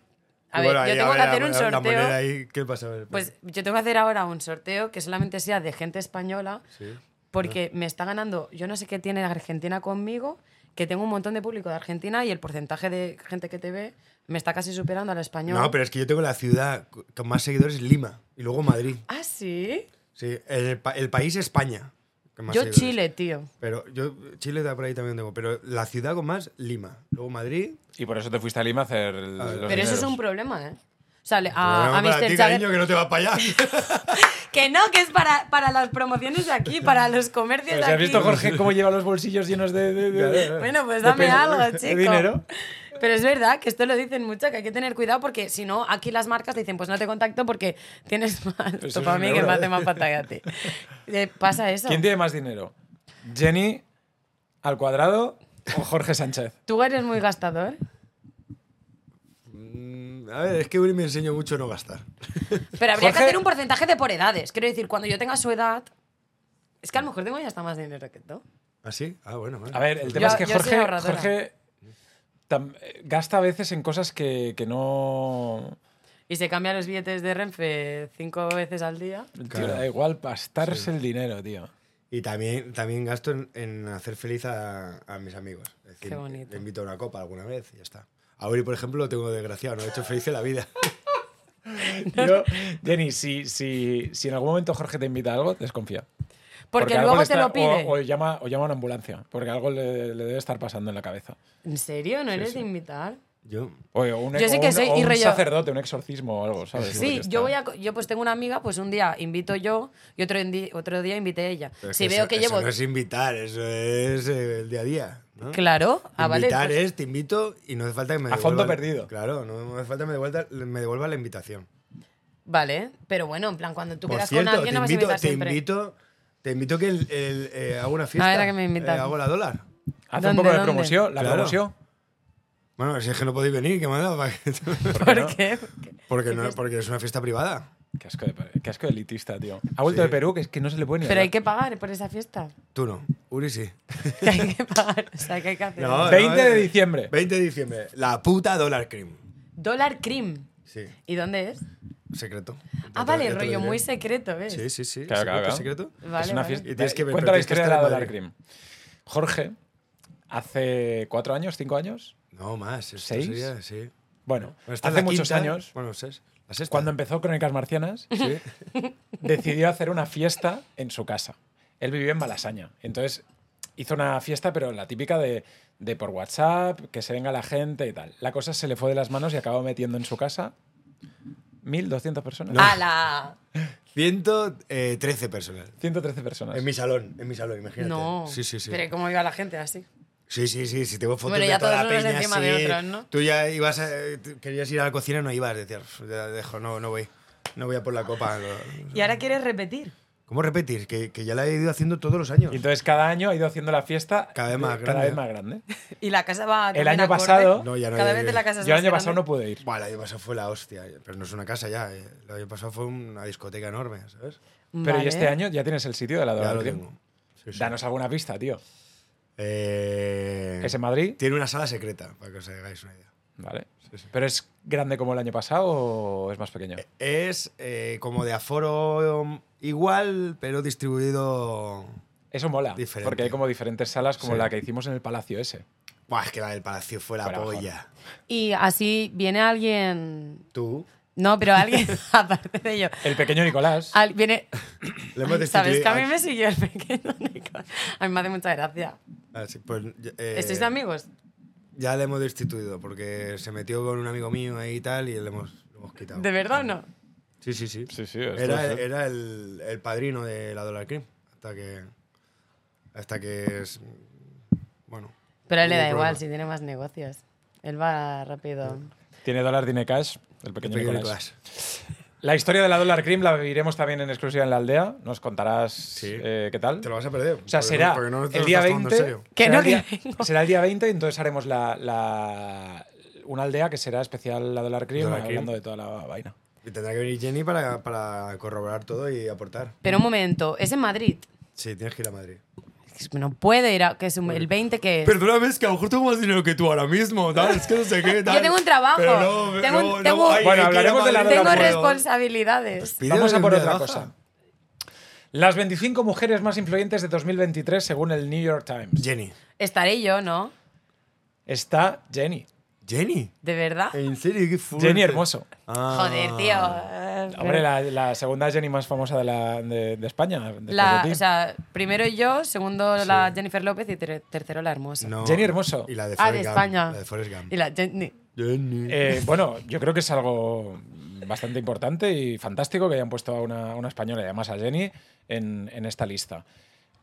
Speaker 3: A
Speaker 2: Y
Speaker 3: ver, yo
Speaker 2: ahí,
Speaker 3: tengo
Speaker 2: a
Speaker 3: que
Speaker 2: ver,
Speaker 3: hacer
Speaker 2: la-
Speaker 3: un
Speaker 2: la- La
Speaker 3: sorteo.
Speaker 2: moneda ahí, ¿qué pasa? A ver,
Speaker 3: Pues yo tengo que hacer ahora un sorteo que solamente sea de gente española,
Speaker 2: Sí.
Speaker 3: porque me está ganando, yo no sé qué tiene Argentina conmigo, que tengo un montón de público de Argentina y el porcentaje de gente que te ve me está casi superando al español.
Speaker 2: No, pero es que yo tengo la ciudad con más seguidores Lima y luego Madrid.
Speaker 3: Ah, sí.
Speaker 2: Sí, el, pa- el país España. con más
Speaker 3: Yo
Speaker 2: seguidores.
Speaker 3: Chile, tío.
Speaker 2: Pero yo Chile da por ahí también tengo, pero la ciudad con más Lima, luego Madrid.
Speaker 1: Y por eso te fuiste a Lima a hacer el- los
Speaker 2: Pero
Speaker 3: Pero eso es
Speaker 1: dineros.
Speaker 3: un problema, ¿eh? O sea, le-
Speaker 2: Pero
Speaker 3: a, a
Speaker 2: para
Speaker 3: Mr.
Speaker 2: ti,
Speaker 3: Jagger-
Speaker 2: cariño, que no te vas para allá.
Speaker 3: Que no, que es para, para las promociones de aquí, para los comercios
Speaker 1: Pero
Speaker 3: de
Speaker 1: si
Speaker 3: aquí.
Speaker 1: has visto Jorge cómo lleva los bolsillos llenos de, de- de- de-
Speaker 3: Bueno, pues
Speaker 1: de
Speaker 3: dame
Speaker 1: peso-
Speaker 3: algo,
Speaker 1: de
Speaker 3: chico.
Speaker 1: dinero.
Speaker 3: Pero es verdad que esto lo dicen mucho, que hay que tener cuidado porque si no, aquí las marcas te dicen, pues no te contacto porque tienes más.
Speaker 1: Eso
Speaker 3: Esto
Speaker 1: es
Speaker 3: para
Speaker 1: un
Speaker 3: mí que
Speaker 1: euro,
Speaker 3: me
Speaker 1: ¿eh?
Speaker 3: hace más pantalla a ti. Eh, Pasa eso.
Speaker 1: ¿Quién tiene más dinero? ¿Jenny al cuadrado o Jorge Sánchez?
Speaker 3: Tú eres muy gastador,
Speaker 2: Mm, A ver, es que Uri me enseñó mucho a no gastar.
Speaker 3: pero habría
Speaker 1: Jorge-
Speaker 3: que hacer un porcentaje de por edades. Quiero decir, cuando yo tenga su edad, es que a lo mejor tengo ya hasta más dinero que tú.
Speaker 2: ¿Ah, sí? Ah, bueno, vale.
Speaker 1: A ver, el tema
Speaker 3: Yo-
Speaker 1: es que
Speaker 3: yo soy
Speaker 1: Jorge,
Speaker 3: ahorradora.
Speaker 1: Jorge tam- eh, gasta a veces en cosas que, que no...
Speaker 3: Y se cambia los billetes de Renfe cinco veces al día.
Speaker 1: el tío
Speaker 2: Claro.
Speaker 1: le da igual gastarse el dinero, tío.
Speaker 2: Y también, también gasto en, en hacer feliz a, a mis amigos. Es decir,
Speaker 3: Qué bonito.
Speaker 2: Le invito a una copa alguna vez y ya está. A Uri, por ejemplo, lo tengo desgraciado, no he hecho feliz en la vida.
Speaker 1: Yo- Jenny, si, si, si en algún momento Jorge te invita a algo, desconfía.
Speaker 3: Porque,
Speaker 1: algo
Speaker 3: luego
Speaker 1: le
Speaker 3: te
Speaker 1: está-
Speaker 3: lo pide.
Speaker 1: O, o llama, o llama a una ambulancia, porque algo le, le debe estar pasando en la cabeza.
Speaker 3: ¿En serio? ¿No eres de invitar?
Speaker 2: Yo,
Speaker 1: O, o un,
Speaker 3: Yo sí
Speaker 1: o
Speaker 3: que
Speaker 1: un-
Speaker 3: soy
Speaker 1: o un
Speaker 3: irreyo-
Speaker 1: sacerdote, un exorcismo o algo, ¿sabes?
Speaker 3: Sí,
Speaker 1: Porque
Speaker 3: yo voy
Speaker 1: está-
Speaker 3: a. co- Yo pues tengo una amiga, pues un día invito yo y otro, en di- otro día invité ella.
Speaker 2: Pero es
Speaker 3: si veo
Speaker 2: eso-
Speaker 3: que
Speaker 2: eso
Speaker 3: llevo.
Speaker 2: no es invitar, eso es eh, el día a día. ¿no?
Speaker 3: Claro, ah, vale.
Speaker 2: invitar
Speaker 3: pues-
Speaker 2: es, te invito y no hace falta que me
Speaker 1: A fondo
Speaker 2: devuelvan-
Speaker 1: perdido.
Speaker 2: Claro, no no hace falta que me devuelva, me devuelva la invitación.
Speaker 3: Vale, pero bueno, en plan, cuando tú
Speaker 2: Por
Speaker 3: quedas
Speaker 2: cierto,
Speaker 3: con alguien,
Speaker 2: te,
Speaker 3: no vas a
Speaker 2: invito,
Speaker 3: invitar
Speaker 2: te
Speaker 3: siempre.
Speaker 2: invito, te invito que el, el, eh, hago una fiesta.
Speaker 3: Ah, era que me invitas.
Speaker 2: eh, hago la dólar.
Speaker 1: Hace un
Speaker 3: ¿Dónde,
Speaker 1: poco de
Speaker 3: dónde?
Speaker 1: promoción, la
Speaker 2: Claro.
Speaker 1: promoción.
Speaker 2: Bueno, si es que no podéis venir, ¿qué manda?
Speaker 1: ¿Por
Speaker 3: ¿Por
Speaker 1: no?
Speaker 3: qué? Porque-
Speaker 2: Porque, no, porque es una fiesta privada.
Speaker 1: Qué asco, de, qué asco de elitista, tío. Ha vuelto
Speaker 2: Sí.
Speaker 1: de Perú, que es que no se le puede ni
Speaker 3: Pero hay
Speaker 1: hablar.
Speaker 3: que pagar por esa fiesta.
Speaker 2: Tú no, Uri sí.
Speaker 3: Que hay que pagar. O sea, que hay que hacer.
Speaker 2: No,
Speaker 1: 20 de
Speaker 2: eh,
Speaker 1: diciembre.
Speaker 2: 20 de diciembre. La puta Dollar Cream.
Speaker 3: Dollar Cream.
Speaker 2: Sí,
Speaker 3: ¿Y dónde es?
Speaker 2: secreto.
Speaker 3: Ah,
Speaker 2: Ya te-
Speaker 3: vale,
Speaker 2: ya te lo
Speaker 3: rollo
Speaker 2: diré.
Speaker 3: muy secreto, ¿ves?
Speaker 2: Sí, sí, sí.
Speaker 1: Claro, claro,
Speaker 2: secreto, secreto.
Speaker 3: Vale,
Speaker 1: es una
Speaker 3: vale.
Speaker 1: fiesta.
Speaker 2: Y tienes que ver,
Speaker 1: Cuenta
Speaker 2: pero
Speaker 1: la
Speaker 2: tienes que
Speaker 1: historia de la
Speaker 2: estar en
Speaker 1: Dollar
Speaker 2: Madrid.
Speaker 1: Cream. Jorge, hace cuatro años, cinco años,
Speaker 2: No, más. esto
Speaker 1: ¿Seis?
Speaker 2: sería- sí.
Speaker 1: bueno,
Speaker 2: Bueno, esta es
Speaker 1: hace
Speaker 2: la
Speaker 1: muchos
Speaker 2: quinta,
Speaker 1: años,
Speaker 2: Bueno, seis. La sexta.
Speaker 1: cuando empezó Crónicas Marcianas,
Speaker 2: Sí.
Speaker 1: decidió hacer una fiesta en su casa. Él vivía en Malasaña. Entonces hizo una fiesta, pero la típica de, de por WhatsApp, que se venga la gente y tal. La cosa se le fue de las manos y acabó metiendo en su casa 1.200 personas.
Speaker 3: Ah, ¡Hala!
Speaker 2: 113 personas.
Speaker 1: 113 personas.
Speaker 2: En mi salón, en mi salón, imagínate.
Speaker 3: No.
Speaker 2: Sí, sí, sí.
Speaker 3: Pero ¿cómo iba la gente así?
Speaker 2: Sí, sí, sí, si tengo fotos
Speaker 3: Bueno,
Speaker 2: de
Speaker 3: ya
Speaker 2: toda la
Speaker 3: todos unos
Speaker 2: peña
Speaker 3: encima
Speaker 2: así.
Speaker 3: de otros, ¿no?
Speaker 2: Tú ya ibas a- te- querías ir a la cocina y no ibas, decías, "Uf, ya dejo, no, no voy. No voy a por la copa.
Speaker 3: Y ahora quieres repetir.
Speaker 2: ¿Cómo repetir? Que, que ya la he ido haciendo todos los años.
Speaker 1: Y entonces cada año ha ido haciendo la fiesta
Speaker 2: Cada vez más
Speaker 1: eh,
Speaker 2: grande.
Speaker 1: vez más grande.
Speaker 3: Y la casa va
Speaker 1: El
Speaker 3: también
Speaker 1: año
Speaker 3: acorde.
Speaker 1: pasado-
Speaker 2: No, ya no
Speaker 3: Cada
Speaker 2: hay-
Speaker 3: vez de la casa es
Speaker 1: Yo el
Speaker 3: más
Speaker 1: año pasado no
Speaker 3: grande.
Speaker 1: pude ir.
Speaker 2: Bueno, el año pasado fue la hostia, eh, pero no es una casa ya. eh. El año pasado fue una discoteca enorme, ¿sabes?
Speaker 1: Pero
Speaker 3: Vale.
Speaker 1: y este año ya tienes el sitio de la
Speaker 2: Ya
Speaker 1: Dorada
Speaker 2: lo
Speaker 1: del
Speaker 2: tengo.
Speaker 1: Tiempo.
Speaker 2: Sí, sí.
Speaker 1: Danos alguna pista, tío.
Speaker 2: Eh,
Speaker 1: ¿Es en Madrid?
Speaker 2: Tiene una sala secreta, para que os hagáis una idea.
Speaker 1: Vale.
Speaker 2: Sí, sí.
Speaker 1: ¿Pero es grande como el año pasado o es más pequeño?
Speaker 2: Es eh, como de aforo um, igual, pero distribuido.
Speaker 1: Eso mola.
Speaker 2: diferente.
Speaker 1: Porque hay como diferentes salas como
Speaker 2: Sí.
Speaker 1: la que hicimos en el Palacio ese.
Speaker 2: Buah, es que la del palacio fue la
Speaker 1: Fue la mejor.
Speaker 2: polla.
Speaker 3: Y así viene alguien.
Speaker 2: Tú.
Speaker 3: No, pero alguien, aparte de yo.
Speaker 1: El pequeño Nicolás.
Speaker 3: al- viene.
Speaker 2: Le hemos
Speaker 3: Ay, ¿Sabes
Speaker 2: destituido-
Speaker 3: que a mí me siguió el pequeño Nico? A mí me hace mucha gracia.
Speaker 2: Ah, sí, pues, ya- eh,
Speaker 3: ¿Estáis de amigos?
Speaker 2: Ya le hemos destituido porque se metió con un amigo mío ahí y tal y le hemos, lo hemos quitado.
Speaker 3: ¿De verdad o no?
Speaker 2: Sí, sí, sí.
Speaker 1: Sí, sí.
Speaker 2: Era, era el, el padrino de la Dollar Cream. Hasta que. Hasta que es. Bueno.
Speaker 3: Pero a él le da
Speaker 2: Ningún
Speaker 3: igual,
Speaker 2: problema.
Speaker 3: si tiene más negocios. Él va rápido.
Speaker 1: Tiene dólar, tiene cash. El pequeño,
Speaker 2: pequeño
Speaker 1: Nicolás.
Speaker 2: Nicolás.
Speaker 1: La historia de la Dollar Cream la viviremos también en exclusiva en la aldea. Nos contarás eh, qué tal.
Speaker 2: Te lo vas a perder.
Speaker 1: O sea, será el día 20.
Speaker 3: Que
Speaker 1: será
Speaker 3: no,
Speaker 1: el día-
Speaker 3: que vengo.
Speaker 1: Será el día 20 y entonces haremos la, la- una aldea que será especial la Dollar Cream,
Speaker 2: Dollar Cream.
Speaker 1: hablando de toda la vaina.
Speaker 2: Y tendrá que venir Jenny para, para corroborar todo y aportar.
Speaker 3: Pero un momento, es en Madrid.
Speaker 2: Sí, tienes que ir a Madrid.
Speaker 3: Es que No puede ir a, que es un- el 20 que es.
Speaker 2: Perdóname, es que a lo mejor tengo más dinero que tú ahora mismo, tal, es que no sé qué, tal.
Speaker 3: tengo un trabajo,
Speaker 2: Pero no,
Speaker 3: tengo un-
Speaker 2: no, no,
Speaker 3: tengo-
Speaker 2: hay-
Speaker 1: Bueno,
Speaker 2: hay que ir a
Speaker 1: hablaremos de la
Speaker 2: Madrid.
Speaker 3: Tengo
Speaker 1: Pero-
Speaker 3: responsabilidades.
Speaker 2: Pídele
Speaker 1: Vamos a por
Speaker 2: un
Speaker 1: otra
Speaker 2: día de
Speaker 1: cosa.
Speaker 2: baja.
Speaker 1: Las 25 mujeres más influyentes de 2023 según el New York Times.
Speaker 2: Jenny.
Speaker 3: Estaré yo, ¿no?
Speaker 1: Está Jenny.
Speaker 2: Jenny.
Speaker 3: ¿De verdad?
Speaker 2: En serio, qué fuerte.
Speaker 1: Jenny Hermoso.
Speaker 2: Ah.
Speaker 3: Joder, tío. eh,
Speaker 1: Hombre, la, la segunda Jenny más famosa de, la, de, de España. después de
Speaker 3: La-
Speaker 1: ti.
Speaker 3: o sea, primero yo, segundo la Jennifer López y ter- tercero la hermosa.
Speaker 2: No.
Speaker 1: Jenny Hermoso.
Speaker 2: Y la de Forrest
Speaker 3: ah, de
Speaker 2: Gump,
Speaker 3: España.
Speaker 2: La de Forrest Gump.
Speaker 3: Y la Jenny.
Speaker 2: Jenny.
Speaker 1: Eh, bueno, yo creo que es algo bastante importante y fantástico que hayan puesto a una, una española y además a Jenny en, en esta lista.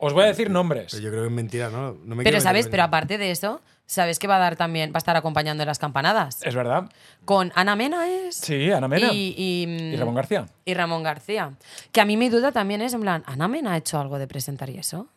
Speaker 1: Os voy a decir
Speaker 2: Pero
Speaker 1: nombres.
Speaker 2: yo creo que es mentira, ¿no? no me
Speaker 3: Pero
Speaker 2: quiero
Speaker 3: sabes,
Speaker 2: meter
Speaker 3: pero
Speaker 2: con-
Speaker 3: aparte de eso, sabes que va a dar también, va a estar acompañando en las campanadas.
Speaker 1: ¿Es verdad?
Speaker 3: Con Ana Mena es.
Speaker 1: Eh. Sí, Ana Mena.
Speaker 3: Y, mm, y-
Speaker 1: ¿Y Ramón García?
Speaker 3: y Ramón García. Que a mí mi duda también es, en plan, ¿Ana Mena ha hecho algo de presentar y eso?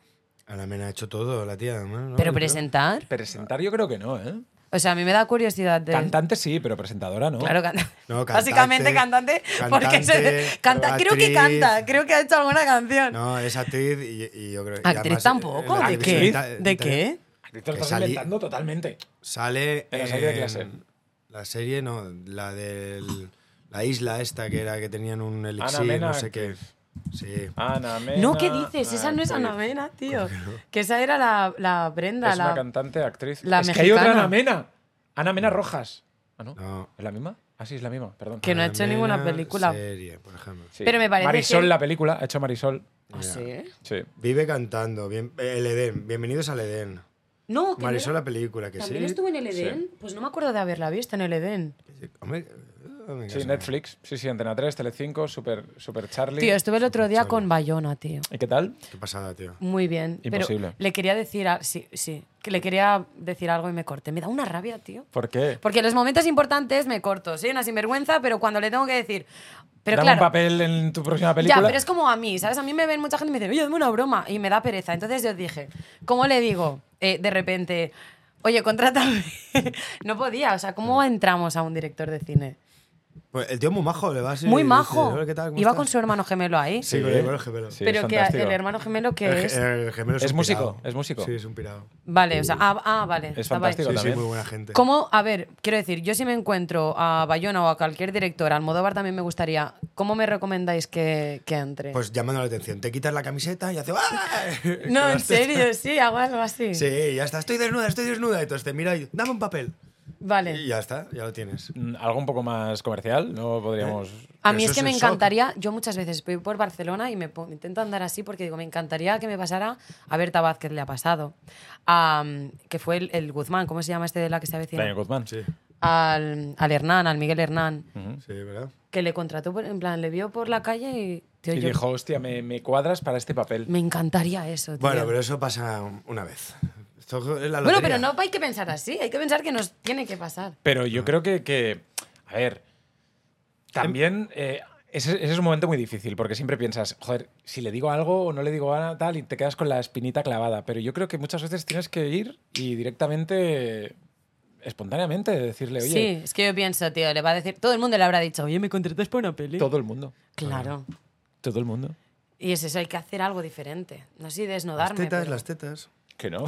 Speaker 2: Ana Mena ha hecho todo, la tía. ¿no? ¿no?
Speaker 3: ¿Pero
Speaker 2: Yo creo.
Speaker 3: presentar?
Speaker 1: Presentar yo creo que no, ¿eh?
Speaker 3: O sea, a mí me da curiosidad de...
Speaker 1: Cantante sí, pero presentadora no.
Speaker 3: Claro, canta-
Speaker 2: No, cantante,
Speaker 3: Básicamente cantante, porque
Speaker 2: cantante,
Speaker 3: se canta, creo que
Speaker 2: actriz.
Speaker 3: canta, creo que ha hecho alguna canción.
Speaker 2: No, es actriz y, y yo creo y
Speaker 3: Actriz
Speaker 2: además, eh,
Speaker 3: tampoco,
Speaker 2: la
Speaker 3: ¿de
Speaker 2: televisión
Speaker 3: qué?
Speaker 2: ita-
Speaker 3: ¿De
Speaker 2: italiana
Speaker 3: qué?
Speaker 1: Te lo
Speaker 2: Que
Speaker 1: estás
Speaker 2: salí-
Speaker 1: inventando totalmente.
Speaker 2: Sale.
Speaker 1: En la serie de clase.
Speaker 2: La serie, no, la del. La isla esta que era que tenían un elixir,
Speaker 1: Mena,
Speaker 2: no sé qué. Sí.
Speaker 1: Ana Mena.
Speaker 3: No, ¿qué dices? Esa no es Ana Mena, tío. Que esa era la, la Brenda,
Speaker 1: Es una
Speaker 3: la...
Speaker 1: cantante, actriz.
Speaker 3: la
Speaker 1: es que hay otra
Speaker 3: mexicana.
Speaker 1: Ana Mena. Ana Mena Rojas. Ah, no.
Speaker 2: No.
Speaker 1: ¿Es la misma? Ah, sí, es la misma, perdón.
Speaker 3: Que no ha
Speaker 2: Ana
Speaker 3: hecho ninguna
Speaker 2: Mena,
Speaker 3: película.
Speaker 2: Serie, por ejemplo.
Speaker 1: Sí.
Speaker 3: Pero me parece
Speaker 1: Marisol,
Speaker 3: que-
Speaker 1: la película. Ha hecho Marisol.
Speaker 3: ¿Ah, sí?
Speaker 1: Sí.
Speaker 2: Vive cantando. Bien, eh, el Edén. Bienvenidos al Edén.
Speaker 3: No, que no
Speaker 2: Marisol,
Speaker 3: era-
Speaker 2: la película, que
Speaker 3: ¿También
Speaker 2: sí.
Speaker 3: estuvo en el Edén? Pues no me acuerdo de haberla visto en el Edén.
Speaker 2: Hombre, eh, me
Speaker 1: Sí,
Speaker 2: caso.
Speaker 1: Netflix. Sí, sí, Antena 3, Tele5, Super, super Charlie.
Speaker 3: Tío, estuve el otro día con Bayona, tío.
Speaker 1: ¿Y qué tal?
Speaker 2: Qué pasada, tío.
Speaker 3: Muy bien.
Speaker 1: Imposible.
Speaker 3: Pero le quería decir... a- Sí, sí. Que le quería decir algo y me corté. Me da una rabia, tío.
Speaker 1: ¿Por qué?
Speaker 3: Porque en los momentos importantes me corto. Soy una sinvergüenza, pero cuando le tengo que decir... Pero
Speaker 1: Dame
Speaker 3: claro,
Speaker 1: un papel en tu próxima película.
Speaker 3: Ya, pero es como a mí, ¿sabes? A mí me ven mucha gente y me dicen, oye, dame una broma. Y me da pereza. Entonces yo dije, ¿cómo le digo eh, de repente, oye, contrátame? no podía. O sea, ¿cómo entramos a un director de cine?
Speaker 2: Pues el tío es muy majo, le va así.
Speaker 3: Muy
Speaker 2: dice,
Speaker 3: majo.
Speaker 2: "Hola, ¿qué tal? ¿Cómo
Speaker 3: Iba
Speaker 2: estás?".
Speaker 3: con su hermano gemelo ahí.
Speaker 2: Sí, con el hermano gemelo.
Speaker 1: Sí, es
Speaker 3: pero que
Speaker 1: fantástico. Eh,
Speaker 3: el hermano gemelo
Speaker 2: El
Speaker 3: que
Speaker 2: ge-
Speaker 3: es...
Speaker 2: el gemelo es,
Speaker 1: Es
Speaker 2: un
Speaker 1: músico,
Speaker 2: pirado.
Speaker 1: es músico.
Speaker 2: Sí, es un pirado.
Speaker 3: Vale, o sea, ah, ah, vale. estaba ahí.
Speaker 1: eh, fantástico.
Speaker 2: Sí, sí,
Speaker 1: también.
Speaker 2: muy buena gente.
Speaker 3: ¿Cómo? A ver, quiero decir, yo si me encuentro a Bayona o a cualquier director, al Modóvar también me gustaría, ¿cómo me recomendáis que, que entre?
Speaker 2: Pues llamando la atención. Te quitas la camiseta y hace. "¡Ah!".
Speaker 3: no, en serio, sí, hago algo así.
Speaker 2: Sí, ya está. Estoy desnuda, estoy desnuda. Y entonces te mira y dame un papel.
Speaker 3: Vale.
Speaker 2: Y ya está, ya lo tienes.
Speaker 1: Mm, Algo un poco más comercial, no podríamos.
Speaker 3: A
Speaker 2: Pero
Speaker 3: mí
Speaker 2: eso
Speaker 3: es que
Speaker 2: es
Speaker 3: me
Speaker 2: un shock.
Speaker 3: encantaría, yo muchas veces voy por Barcelona y me, po- me intento andar así porque digo, me encantaría que me pasara a Berta Vázquez, le ha pasado, a, mm, que fue el, el Guzmán, ¿cómo se llama este de la que se avecina?
Speaker 1: Daniel Guzmán.
Speaker 2: Sí.
Speaker 3: al, al Hernán, al Miguel Hernán,
Speaker 2: Sí, ¿verdad?
Speaker 3: que le contrató, por- en plan, le vio por la calle y, tío,
Speaker 1: Y
Speaker 3: yo-
Speaker 1: dijo, hostia, me, me cuadras para este papel.
Speaker 3: me encantaría eso, tío.
Speaker 2: Bueno, pero eso pasa una vez. Esto es la
Speaker 3: Bueno,
Speaker 2: lotería.
Speaker 3: pero no hay que pensar así, hay que pensar que nos tiene que pasar.
Speaker 1: Pero yo creo que, que, a ver, también eh, ese, ese es un momento muy difícil porque siempre piensas, joder, si le digo algo o no le digo nada, tal, y te quedas con la espinita clavada. Pero yo creo que muchas veces tienes que ir y directamente, espontáneamente, decirle, oye,
Speaker 3: Sí, es que yo pienso, tío, le va a decir, todo el mundo le habrá dicho, oye, me contratas para una peli.
Speaker 1: todo el mundo,
Speaker 3: Claro.
Speaker 1: todo el mundo.
Speaker 3: Y es eso, hay que hacer algo diferente. No sé si
Speaker 2: Las
Speaker 3: desnudarme.
Speaker 2: tetas,
Speaker 3: pero-
Speaker 2: las tetas.
Speaker 1: Que no.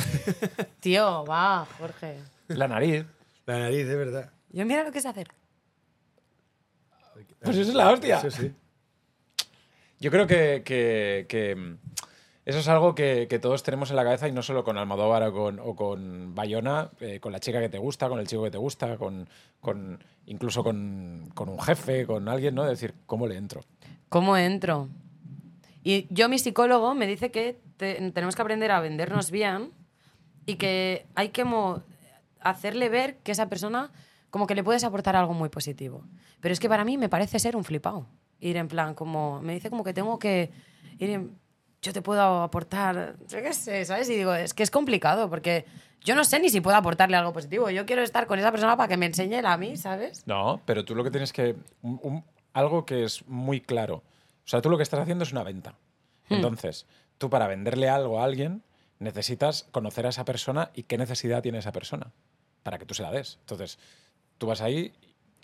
Speaker 3: Tío, va, Jorge.
Speaker 1: la nariz.
Speaker 2: La nariz, de verdad.
Speaker 3: Yo mira lo que sé hacer.
Speaker 1: Pues eso es la hostia.
Speaker 2: Sí, sí.
Speaker 1: Yo creo que, que- que, mm, eso es algo que, que todos tenemos en la cabeza y no solo con Almodóvar o con, o con Bayona, eh, con la chica que te gusta, con el chico que te gusta, con, con- incluso con, con un jefe, con alguien, ¿no? Decir, ¿cómo le entro?
Speaker 3: ¿Cómo entro? Y yo, mi psicólogo, me dice que te- tenemos que aprender a vendernos bien y que hay que mo- hacerle ver que esa persona como que le puedes aportar algo muy positivo. Pero es que para mí me parece ser un flipado. Ir en plan como... Me dice como que tengo que ir en- Yo te puedo aportar... Yo qué sé, ¿sabes? Y digo, es que es complicado porque yo no sé ni si puedo aportarle algo positivo. Yo quiero estar con esa persona para que me enseñe él a mí, ¿sabes?
Speaker 1: No, pero tú lo que tienes que... un- un- algo que es muy claro. O sea, tú lo que estás haciendo es una venta. Entonces, tú para venderle algo a alguien necesitas conocer a esa persona y qué necesidad tiene esa persona para que tú se la des. Entonces, tú vas ahí...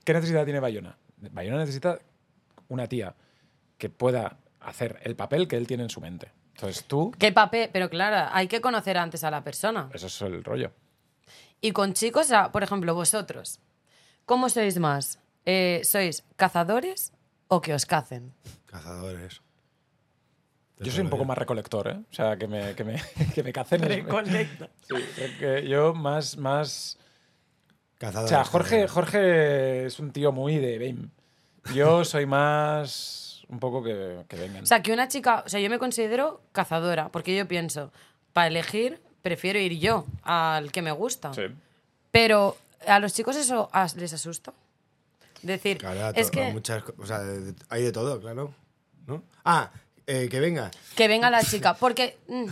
Speaker 1: ¿Qué necesidad tiene Bayona? Bayona necesita una tía que pueda hacer el papel que él tiene en su mente. Entonces, tú...
Speaker 3: ¿Qué papel? Pero claro, hay que conocer antes a la persona.
Speaker 1: Eso es el rollo.
Speaker 3: Y con chicos, o sea, por ejemplo, vosotros, ¿cómo sois más? Eh, ¿Sois cazadores o que os cacen?
Speaker 2: Cazadores.
Speaker 1: Yo soy un poco más recolector, ¿eh? O sea, que me, que me, que me cacen. es- Sí, creo que yo más, más, O
Speaker 2: Cazadores.
Speaker 1: sea, Jorge, Jorge es un tío muy de BAME. Yo soy más un poco que, que vengan.
Speaker 3: O sea, que una chica, o sea, yo me considero cazadora, porque yo pienso, para elegir, prefiero ir yo al que me gusta.
Speaker 1: Sí.
Speaker 3: Pero a los chicos eso as- les asusta. Decir,
Speaker 2: Claro, a to-
Speaker 3: es
Speaker 2: a
Speaker 3: que,
Speaker 2: muchas co- o sea, de- de- hay de todo, claro. ¿No? Ah, eh, que venga.
Speaker 3: que venga la chica, porque mm,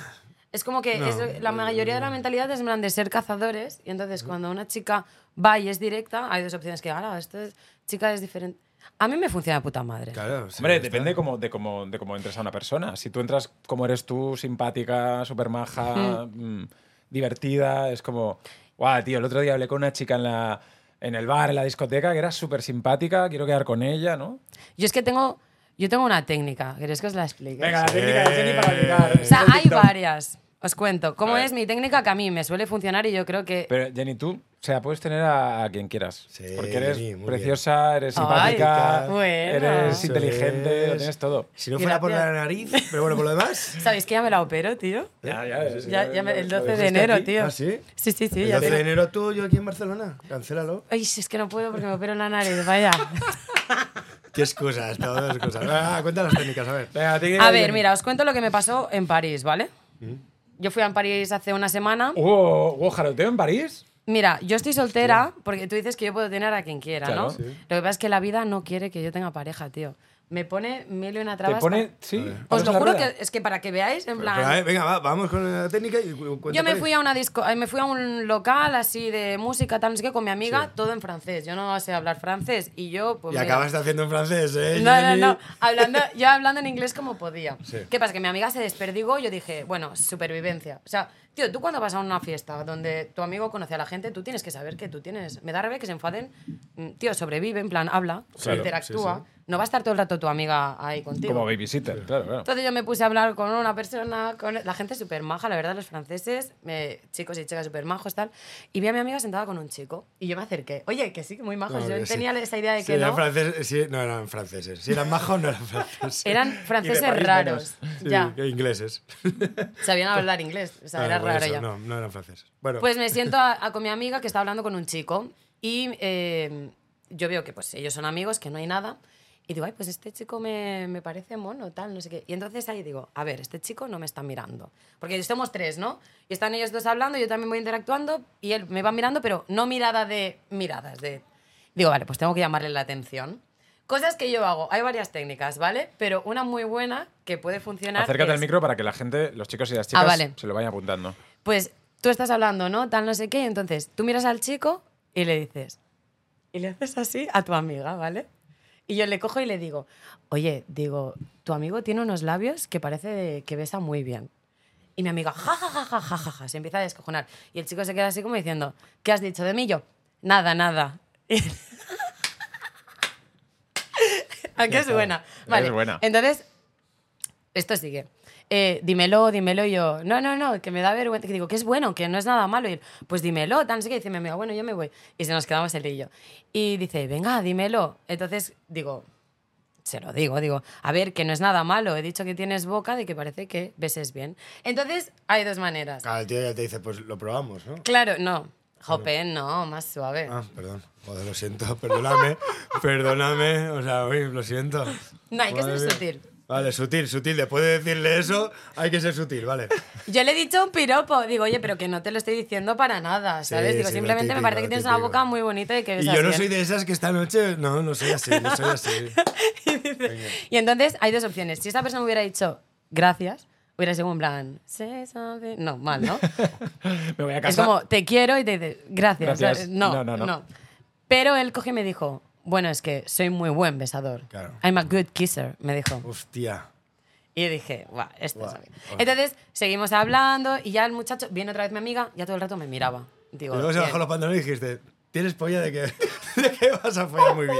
Speaker 3: es como que
Speaker 2: No, eh,
Speaker 3: es lo- la mayoría de la mentalidad es en plan de ser cazadores, y entonces cuando una chica va y es directa, hay dos opciones que gala, esta es- chica es diferente. A mí me funciona de puta madre.
Speaker 2: Claro. sí,
Speaker 1: Hombre,
Speaker 2: está.
Speaker 1: depende como, de, cómo, de cómo entres a una persona. Si tú entras como eres tú, simpática, súper maja, mm, divertida, es como, guau, tío, el otro día hablé con una chica en, la, en el bar, en la discoteca, que era súper simpática, quiero quedar con ella, ¿no?
Speaker 3: Yo es que tengo, yo tengo una técnica, ¿queréis que os la explique?
Speaker 1: Venga, la técnica de Jenny para ligar.
Speaker 3: O sea,
Speaker 1: Del
Speaker 3: hay
Speaker 1: TikTok.
Speaker 3: varias. Os cuento cómo
Speaker 1: ver.
Speaker 3: es mi técnica que a mí me suele funcionar y yo creo que...
Speaker 1: Pero Jenny, tú, o sea, puedes tener a, a quien quieras.
Speaker 2: Sí,
Speaker 1: porque eres
Speaker 2: Jenny, muy
Speaker 1: preciosa, eres
Speaker 3: Ay,
Speaker 1: simpática,
Speaker 3: bueno.
Speaker 1: eres
Speaker 3: Eso
Speaker 1: inteligente, lo
Speaker 2: es.
Speaker 1: tienes todo.
Speaker 2: Si no fuera por la
Speaker 3: Gracias.
Speaker 2: nariz, pero bueno, por lo demás.
Speaker 3: ¿Sabéis que ya me la opero, tío?
Speaker 1: Ya, ya,
Speaker 3: Ya, ya me- el 12 de
Speaker 2: dijiste
Speaker 3: enero,
Speaker 2: aquí?
Speaker 3: tío.
Speaker 2: ¿Ah, sí?
Speaker 3: Sí, sí, sí.
Speaker 2: El
Speaker 3: ya
Speaker 2: 12 de
Speaker 3: tengo-
Speaker 2: enero tú, yo aquí en Barcelona. Cancélalo.
Speaker 3: Ay, si es que no puedo porque me opero en la nariz, vaya.
Speaker 2: Qué excusas, todas excusas. Ah, cuenta las técnicas, a ver.
Speaker 1: Venga, técnica
Speaker 3: A
Speaker 1: de
Speaker 3: ver,
Speaker 1: Jenny.
Speaker 3: mira, os cuento lo que me pasó en París, ¿vale?
Speaker 1: Mm.
Speaker 3: Yo fui a París hace una semana.
Speaker 1: Oh. ¿Hubo, hubo jaroteo en París?
Speaker 3: Mira, yo estoy soltera porque tú dices que yo puedo tener a quien quiera,
Speaker 1: Claro.
Speaker 3: ¿no?
Speaker 1: Sí.
Speaker 3: Lo que pasa es que la vida no quiere que yo tenga pareja, tío. Me pone mil y una
Speaker 1: Te
Speaker 3: trabas.
Speaker 1: pone.
Speaker 3: pa-
Speaker 1: Sí.
Speaker 3: Os
Speaker 1: palos en
Speaker 3: lo
Speaker 1: la
Speaker 3: juro
Speaker 1: rueda.
Speaker 3: que es que para que veáis, en plan.
Speaker 2: Pero, a ver, venga, va, vamos con la técnica y cu- cuenta
Speaker 3: Yo me
Speaker 2: cuál es.
Speaker 3: fui a una disco, eh, me fui a un local así de música, tal, no sé qué, con mi amiga, todo en francés. Yo no sé hablar francés y yo, pues.
Speaker 2: Y
Speaker 3: mira,
Speaker 2: acabaste haciendo en francés, ¿eh?
Speaker 3: No, no,
Speaker 2: Jenny?
Speaker 3: no. Hablando, yo hablando en inglés como podía. ¿Qué pasa? Que mi amiga se desperdigó y yo dije, bueno, supervivencia. O sea, tío, tú cuando vas a una fiesta donde tu amigo conoce a la gente, tú tienes que saber que tú tienes. Me da rabia que se enfaden. Mm, Tío, sobrevive, en plan, habla, interactúa. No va a estar todo el rato tu amiga ahí contigo.
Speaker 1: Como babysitter, claro, claro.
Speaker 3: Entonces yo me puse a hablar con una persona, con la gente súper maja, la verdad, los franceses, me- chicos y chicas súper majos, tal. Y vi a mi amiga sentada con un chico y yo me acerqué. Oye, que sí, que muy majos.
Speaker 2: No,
Speaker 3: Pues yo
Speaker 2: que sí.
Speaker 3: tenía esa idea de
Speaker 2: Si
Speaker 3: que
Speaker 2: eran
Speaker 3: no.
Speaker 2: franceses, si- no eran franceses. Si eran majos, no eran franceses.
Speaker 3: Eran franceses raros.
Speaker 2: Sí,
Speaker 3: Ya,
Speaker 2: que ingleses.
Speaker 3: sabían hablar inglés. O sea,
Speaker 2: Ah,
Speaker 3: era
Speaker 2: por
Speaker 3: raro
Speaker 2: eso,
Speaker 3: ya.
Speaker 2: No, no eran franceses. Bueno,
Speaker 3: Pues me siento a- a con mi amiga que está hablando con un chico y eh, yo veo que pues ellos son amigos, que no hay nada. Y digo, ay, pues este chico me, me parece mono, tal, no sé qué. Y entonces ahí digo, a ver, este chico no me está mirando. Porque somos tres, ¿no? Y están ellos dos hablando, yo también voy interactuando y él me va mirando, pero no mirada de miradas, de... Digo, vale, pues tengo que llamarle la atención. Cosas que yo hago, hay varias técnicas, ¿vale? Pero una muy buena que puede funcionar.
Speaker 1: Acércate al
Speaker 3: es- Ah,
Speaker 1: micro para que la gente, los chicos y las chicas,
Speaker 3: vale.
Speaker 1: se lo vayan apuntando.
Speaker 3: pues tú estás hablando, ¿no? Tal no sé qué, y entonces tú miras al chico y le dices, y le haces así a tu amiga, ¿vale? Y yo le cojo y le digo, oye, digo, tu amigo tiene unos labios que parece de- que besa muy bien. Y mi amiga, ja, ja, ja, ja, ja, ja, ja, se empieza a descojonar. Y el chico se queda así como diciendo, ¿qué has dicho de mí? Y yo, nada, nada. ¿A qué suena? Vale,
Speaker 1: buena.
Speaker 3: entonces esto sigue. Eh, dímelo, dímelo Y yo. No, no, no, que me da vergüenza. Que digo, que es bueno, que no es nada malo. Y él, pues dímelo, tan sé que dice mi amiga, bueno, yo me voy. Y se nos quedamos él y yo. Y dice, venga, dímelo. Entonces digo, se lo digo, digo, a ver, que no es nada malo. He dicho que tienes boca de que parece que beses bien. Entonces hay dos maneras.
Speaker 2: Claro, el tío ya te dice, pues lo probamos, ¿no?
Speaker 3: Claro, no. Jopen, no, más suave.
Speaker 2: Ah, perdón. Joder, lo siento, perdóname. perdóname, o sea, uy, lo siento.
Speaker 3: No, hay que ser
Speaker 2: Madre mía.
Speaker 3: sutil.
Speaker 2: Vale, sutil, sutil. Después de decirle eso, hay que ser sutil, vale.
Speaker 3: Yo le he dicho un piropo. Digo, oye, pero que no te lo estoy diciendo para nada, ¿sabes?
Speaker 2: Sí,
Speaker 3: digo,
Speaker 2: sí, lo
Speaker 3: simplemente me
Speaker 2: típico,
Speaker 3: parece que
Speaker 2: lo
Speaker 3: tienes una
Speaker 2: típico.
Speaker 3: boca muy bonita y que
Speaker 2: Y
Speaker 3: besas
Speaker 2: yo no
Speaker 3: bien.
Speaker 2: soy de esas que esta noche. No, no soy así, no soy así.
Speaker 3: Y entonces hay dos opciones. Si esta persona hubiera dicho gracias, hubiera sido un plan. "Say something". No, mal, ¿no?
Speaker 1: Me voy a
Speaker 3: es
Speaker 1: casa.
Speaker 3: como te quiero y te dice gracias.
Speaker 1: Gracias.
Speaker 3: ¿sabes? No,
Speaker 1: No,
Speaker 3: no,
Speaker 1: no, no.
Speaker 3: Pero él cogió y me dijo, bueno, es que soy muy buen besador.
Speaker 2: Claro.
Speaker 3: I'm a good kisser, me dijo.
Speaker 2: Hostia.
Speaker 3: Y yo dije, guau, este
Speaker 2: Guau,
Speaker 3: es amigo".
Speaker 2: guau.
Speaker 3: Entonces seguimos hablando y ya el muchacho, viene otra vez mi amiga, ya todo el rato me miraba.
Speaker 2: Y
Speaker 3: Digo,
Speaker 2: luego se
Speaker 3: "Bien".
Speaker 2: bajó los pantalones y dijiste, tienes polla de que, de que vas a follar muy bien.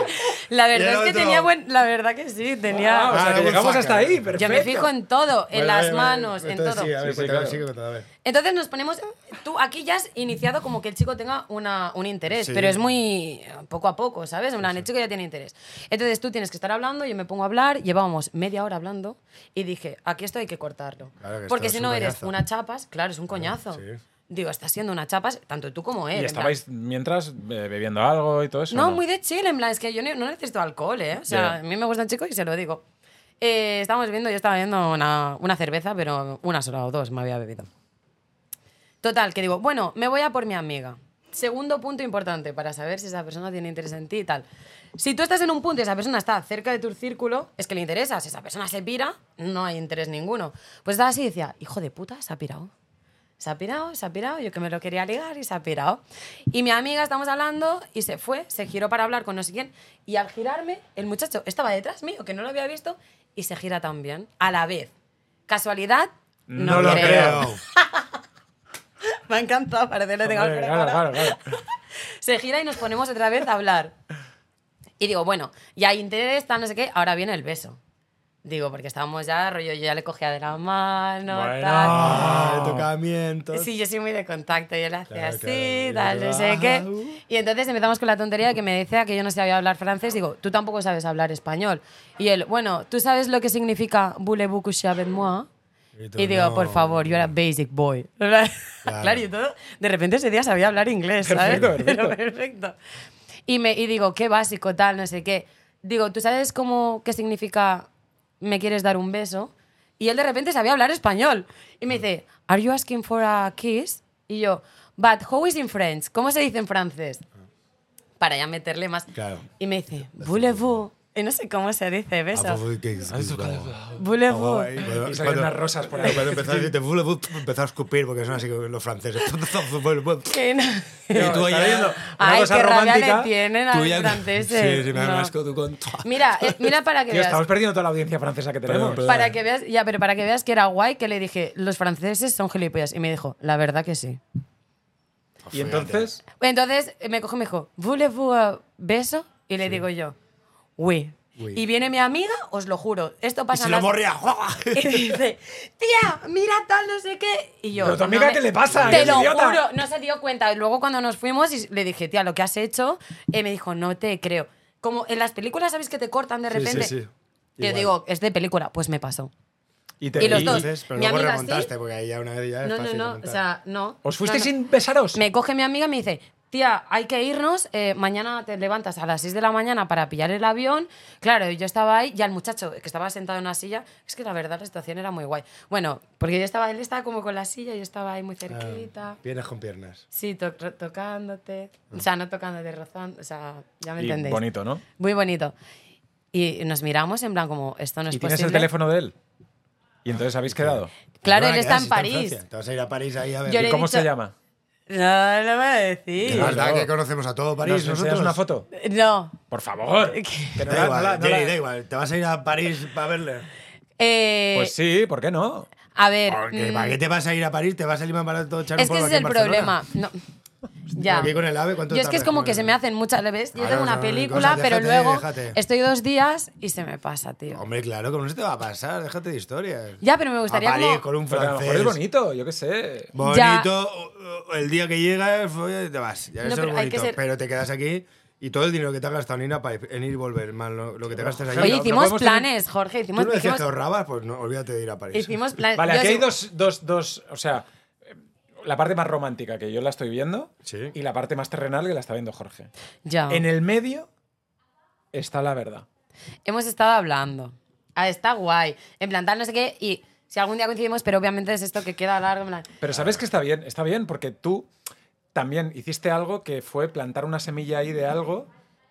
Speaker 3: la
Speaker 2: Y el
Speaker 3: verdad es que
Speaker 2: otro-
Speaker 3: tenía buen... La verdad que sí, tenía...
Speaker 1: Ah, o sea,
Speaker 2: Ah,
Speaker 1: que
Speaker 2: no,
Speaker 1: llegamos
Speaker 2: fucker.
Speaker 1: hasta ahí,
Speaker 2: Yo me
Speaker 1: perfecto.
Speaker 3: Yo me fijo en todo,
Speaker 2: Vale,
Speaker 3: en las
Speaker 2: vale, vale.
Speaker 3: manos, en
Speaker 2: Entonces
Speaker 3: todo.
Speaker 2: Sí, a ver,
Speaker 1: Sí, sí,
Speaker 2: cuéntame,
Speaker 1: claro.
Speaker 2: sí, cuéntame, a ver.
Speaker 3: Entonces nos ponemos. Tú aquí ya has iniciado como que el chico tenga una, un interés,
Speaker 2: Sí.
Speaker 3: pero es muy eh, poco a poco, ¿sabes? En plan, el chico ya tiene interés. Entonces tú tienes que estar hablando, yo me pongo a hablar, llevábamos media hora hablando y dije, aquí esto hay que cortarlo.
Speaker 2: Claro que esto
Speaker 3: Porque
Speaker 2: es
Speaker 3: si
Speaker 2: un
Speaker 3: no eres
Speaker 2: coñazo.
Speaker 3: una chapas, claro, es un coñazo.
Speaker 2: sí.
Speaker 3: Digo, estás siendo una chapas, tanto tú como él.
Speaker 1: ¿Y
Speaker 3: en
Speaker 1: estabais mientras eh, bebiendo algo y todo eso?
Speaker 3: plan, no, muy de chile, en plan, es que yo no, no necesito alcohol, ¿eh? O sea,
Speaker 1: Ya.
Speaker 3: a mí me gusta el chico y se lo digo. Eh, estábamos viendo, yo estaba viendo una, una cerveza, pero una sola o dos me había bebido. Total, que digo, bueno, me voy a por mi amiga. Segundo punto importante para saber si esa persona tiene interés en ti y tal. Si tú estás en un punto y esa persona está cerca de tu círculo, es que le interesa. Si esa persona se pira, no hay interés ninguno. Pues estaba así y decía, hijo de puta, se ha pirado. Se ha pirado, se ha pirado, yo que me lo quería ligar y se ha pirado. Y mi amiga, estamos hablando y se fue, se giró para hablar con no sé quién. Y al girarme, el muchacho estaba detrás mío, que no lo había visto, y se gira también, a la vez. ¿Casualidad?
Speaker 1: No
Speaker 2: lo
Speaker 1: creo.
Speaker 2: creo.
Speaker 3: Me ha encantado, parece que lo tengo
Speaker 1: Hombre,
Speaker 3: preparado.
Speaker 1: claro, claro, claro.
Speaker 3: Se gira y nos ponemos otra vez a hablar. Y digo, bueno, ya hay interés, tal, no sé qué, ahora viene el beso. Digo, porque estábamos ya, rollo, yo ya le cogía de la mano,
Speaker 1: Bueno.
Speaker 3: tal.
Speaker 2: Ah, de tocamiento.
Speaker 3: Sí, yo soy muy de contacto, yo le hacía
Speaker 2: Claro,
Speaker 3: así,
Speaker 2: claro,
Speaker 3: tal, no
Speaker 2: yo-
Speaker 3: sé qué.
Speaker 2: Ah, uh.
Speaker 3: Y entonces empezamos con la tontería de que me decía que yo no sabía hablar francés. Digo, tú tampoco sabes hablar español. Y él, bueno, ¿tú sabes lo que significa voulez-vous coucher avec moi?
Speaker 2: Y tú,
Speaker 3: Y digo,
Speaker 2: no.
Speaker 3: por favor, yo era basic boy. Claro, y todo. De repente ese día sabía hablar inglés, ¿sabes?
Speaker 1: Perfecto, perfecto.
Speaker 3: Pero perfecto. Y, me, y digo, qué básico, tal, no sé qué. Digo, ¿tú sabes cómo, qué significa me quieres dar un beso? Y él de repente sabía hablar español. Y me dice, ¿Are you asking for a kiss? Y yo, ¿But how is in French? ¿Cómo se dice en francés? Para ya meterle más.
Speaker 2: Claro.
Speaker 3: Y me dice, voulez-vous. Y no sé cómo se dice
Speaker 2: Ah,
Speaker 3: beso.
Speaker 2: pues, Ah, ¿qué- qué- qué-
Speaker 3: Voulez-vous.
Speaker 2: Ahí, cuando-
Speaker 1: Y salían
Speaker 2: cuando-
Speaker 1: unas rosas por ahí.
Speaker 2: Cuando empezaste a decirte, "Vule, vule", empezó a escupir porque son así como los franceses.
Speaker 3: Que no-
Speaker 1: No,
Speaker 2: tú
Speaker 1: está
Speaker 2: allá-
Speaker 1: viendo una
Speaker 3: Ay,
Speaker 1: cosa
Speaker 3: qué rabia
Speaker 1: romántica.
Speaker 3: le tienen
Speaker 2: Tú
Speaker 3: al
Speaker 2: ya-
Speaker 3: franceses.
Speaker 2: Sí, sí, me
Speaker 3: No.
Speaker 2: asco tú con.
Speaker 3: Mira, eh, mira para que
Speaker 1: Tío,
Speaker 3: veas.
Speaker 1: estamos perdiendo toda la audiencia francesa que tenemos.
Speaker 2: Perdón,
Speaker 3: Para que veas, ya, pero para que veas que era guay que le dije, los franceses son gilipollas. Y me dijo, la verdad que sí.
Speaker 1: Y entonces,
Speaker 3: Entonces eh, me coge y me dijo, ¿voulez-vous un beso? Y le digo yo, oui.
Speaker 2: Oui.
Speaker 3: Y viene mi amiga, os lo juro, esto
Speaker 2: Y
Speaker 3: pasa
Speaker 2: se
Speaker 3: en
Speaker 2: lo
Speaker 3: las-
Speaker 2: morría.
Speaker 3: Y dice, tía, mira tal, no sé qué. Y yo.
Speaker 1: Pero tu
Speaker 3: no
Speaker 1: amiga,
Speaker 3: me-
Speaker 1: ¿qué le pasa?
Speaker 3: Te
Speaker 1: ¿Eres
Speaker 3: lo
Speaker 1: idiota?
Speaker 3: juro, no se dio cuenta. Y Luego cuando nos fuimos y le dije, tía, lo que has hecho, eh, me dijo, no te creo. Como en las películas, ¿sabes que te cortan de
Speaker 2: Sí, sí,
Speaker 3: repente?
Speaker 2: sí.
Speaker 3: Yo
Speaker 2: Igual.
Speaker 3: digo, es de película, pues me pasó.
Speaker 1: y te
Speaker 3: y los
Speaker 1: y-
Speaker 3: dos.
Speaker 2: Entonces, Pero
Speaker 3: Mi
Speaker 2: luego
Speaker 3: amiga
Speaker 2: remontaste
Speaker 3: sí.
Speaker 2: porque ahí ya una vez ya Ah, es
Speaker 3: No, no,
Speaker 2: fácil
Speaker 3: no, o
Speaker 2: remontar.
Speaker 3: sea, no.
Speaker 1: ¿Os fuisteis
Speaker 3: no, no.
Speaker 1: sin besaros?
Speaker 3: Me coge mi amiga y me dice, tía, hay que irnos, eh, mañana te levantas a las 6 de la mañana para pillar el avión. Claro, yo estaba ahí, ya el muchacho que estaba sentado en una silla, es que la verdad la situación era muy guay. Bueno, porque yo estaba, él estaba como con la silla, yo estaba ahí muy cerquita.
Speaker 2: Piernas Ah. con piernas.
Speaker 3: Sí, to- ro- tocándote. O sea, no tocándote, rozando. O sea, ya me
Speaker 1: Y
Speaker 3: entendéis.
Speaker 1: bonito, ¿no?
Speaker 3: Muy bonito. Y nos miramos en plan como, esto no es
Speaker 1: Y
Speaker 3: posible.
Speaker 1: tienes el teléfono de él. Y entonces habéis quedado.
Speaker 3: Claro,
Speaker 2: Perdona,
Speaker 3: él
Speaker 2: que
Speaker 3: está
Speaker 2: has
Speaker 3: en
Speaker 2: estado
Speaker 3: París.
Speaker 2: Francia. Te vas a ir a París ahí a ver.
Speaker 3: Yo
Speaker 1: ¿Y
Speaker 3: le he
Speaker 1: cómo se
Speaker 3: dicho-
Speaker 1: llama?
Speaker 3: No, no me va a decir.
Speaker 2: Es verdad
Speaker 1: luego.
Speaker 2: que conocemos a todo
Speaker 1: ¿Nos
Speaker 2: París
Speaker 1: enseñas
Speaker 2: nosotros.
Speaker 1: una foto?
Speaker 3: No.
Speaker 1: Por favor. Que no
Speaker 2: Da
Speaker 1: la- no
Speaker 2: igual,
Speaker 1: la- no
Speaker 2: Jenny,
Speaker 1: la-
Speaker 2: da igual. Te vas a ir a París para verle.
Speaker 3: Eh,
Speaker 1: Pues sí, ¿por qué no?
Speaker 3: A ver.
Speaker 2: Porque
Speaker 3: mm,
Speaker 2: ¿para qué te vas a ir a París? Te va a salir más barato echar un
Speaker 3: es que
Speaker 2: polvo
Speaker 3: ese es
Speaker 2: aquí
Speaker 3: el
Speaker 2: en Barcelona.
Speaker 3: problema. No. Ya.
Speaker 2: Aquí con el AVE, ¿cuánto
Speaker 3: Yo es que es
Speaker 2: tardas?
Speaker 3: como que se me hacen muchas veces. Yo
Speaker 2: Claro,
Speaker 3: tengo una
Speaker 2: no, no, no,
Speaker 3: película,
Speaker 2: cosa,
Speaker 3: pero
Speaker 2: déjate,
Speaker 3: luego
Speaker 2: déjate.
Speaker 3: estoy dos días y se me pasa, tío.
Speaker 2: Hombre, claro, como no se te va a pasar, déjate de historias.
Speaker 3: Ya, pero me gustaría
Speaker 2: A París
Speaker 3: como-
Speaker 2: Ah, con un
Speaker 1: Pero a lo mejor es
Speaker 2: francés.
Speaker 1: bonito, yo qué sé.
Speaker 3: Ya.
Speaker 2: Bonito, o- o- el día que llegas follas y te vas. Ya
Speaker 3: No,
Speaker 2: eso es
Speaker 3: pero hay que
Speaker 2: bonito.
Speaker 3: ser-
Speaker 2: Pero te quedas aquí y todo el dinero que te has gastado Nina para en ir y volver, más lo, lo que te gastas allí.
Speaker 3: Oye,
Speaker 1: no
Speaker 3: hicimos
Speaker 1: podemos tener-
Speaker 3: planes, Jorge.
Speaker 2: ¿Tú
Speaker 3: Hicimos,
Speaker 2: no decías
Speaker 3: hicimos,
Speaker 2: que ahorrabas? Pues no, olvídate de ir a París.
Speaker 3: hicimos planes.
Speaker 1: Vale,
Speaker 3: Yo
Speaker 1: aquí hay
Speaker 3: sí-
Speaker 1: dos, dos, dos, o sea, eh, la parte más romántica que yo la estoy viendo
Speaker 2: Sí.
Speaker 1: y la parte más terrenal que la está viendo Jorge.
Speaker 3: Ya.
Speaker 1: En el medio está la verdad.
Speaker 3: hemos estado hablando. Ah, está guay. En plan, tal, no sé qué. Y si algún día coincidimos, pero obviamente es esto que queda largo. en plan,
Speaker 1: Pero sabes que está bien, está bien porque tú también hiciste algo que fue plantar una semilla ahí de algo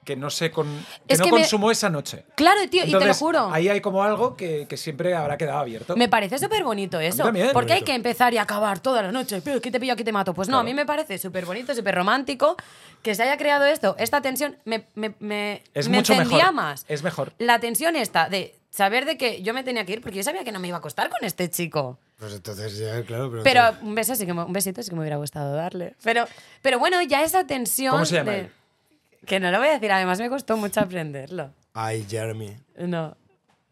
Speaker 1: que no se con, que
Speaker 3: Es
Speaker 1: no
Speaker 3: que me-
Speaker 1: consumó esa noche.
Speaker 3: Claro, tío, y te lo
Speaker 1: Entonces,
Speaker 3: juro.
Speaker 1: Ahí hay como algo que, que siempre habrá quedado abierto.
Speaker 3: Me parece súper bonito eso.
Speaker 1: también.
Speaker 3: porque hay
Speaker 1: Bonito.
Speaker 3: que empezar y acabar toda la noche. Pero ¿qué te pillo, aquí te mato? Pues no, a mí me parece súper bonito, súper romántico que se haya creado esto. Esta tensión me, me, me-
Speaker 1: Es
Speaker 3: me
Speaker 1: mucho
Speaker 3: encendía
Speaker 1: mejor.
Speaker 3: más.
Speaker 1: Es mejor.
Speaker 3: La tensión esta de saber de que yo me tenía que ir porque yo sabía que no me iba a acostar con este chico.
Speaker 2: Pues entonces ya, claro, pero...
Speaker 3: Pero un beso sí que me- un besito sí que me hubiera gustado darle. Pero, pero bueno, ya esa tensión.
Speaker 1: ¿Cómo se llama
Speaker 3: de-
Speaker 1: él?
Speaker 3: Que no lo voy a decir, además me costó mucho aprenderlo.
Speaker 2: Ay, Jeremy.
Speaker 3: No.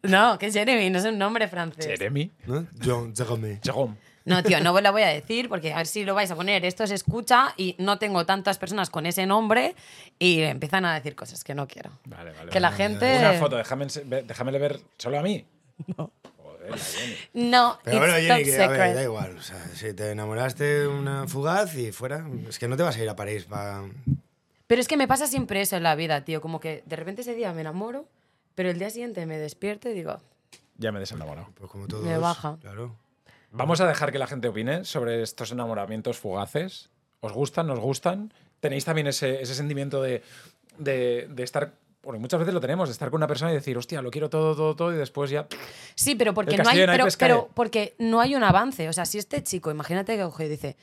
Speaker 3: No, que Jeremy, no es un nombre francés.
Speaker 1: Jeremy.
Speaker 2: ¿No? John, Jeremy.
Speaker 1: Jerome.
Speaker 3: No, tío, no os lo voy a decir porque a ver si lo vais a poner. Esto se escucha y no tengo tantas personas con ese nombre y empiezan a decir cosas que no quiero.
Speaker 1: Vale, vale.
Speaker 3: que la gente.
Speaker 1: Una foto, déjame, ense- ve- déjamele ver solo a mí. Joder, la Jenny.
Speaker 3: No,
Speaker 2: Pero
Speaker 3: it's
Speaker 2: bueno, Jenny,
Speaker 3: top
Speaker 2: que, a ver,
Speaker 3: secret.
Speaker 2: da igual. O sea, si te enamoraste una fugaz y fuera, es que no te vas a ir a París para...
Speaker 3: Pero es que me pasa siempre eso en la vida, tío. Como que de repente ese día me enamoro, pero el día siguiente me despierto y digo,
Speaker 1: Ya me he desenamorado.
Speaker 2: Pues como todos.
Speaker 3: Me baja.
Speaker 2: Claro.
Speaker 1: Vamos a dejar que la gente opine sobre estos enamoramientos fugaces. ¿Os gustan? ¿Nos gustan? ¿Tenéis también ese, ese sentimiento de, de- de estar... Bueno, muchas veces lo tenemos, de estar con una persona y decir, hostia, lo quiero todo, todo, todo, y después ya...
Speaker 3: Sí, pero porque
Speaker 1: El
Speaker 3: no hay,
Speaker 1: castillo de
Speaker 3: pero,
Speaker 1: naipes
Speaker 3: pero
Speaker 1: cae.
Speaker 3: porque no hay un avance. O sea, si este chico, imagínate que coge y dice,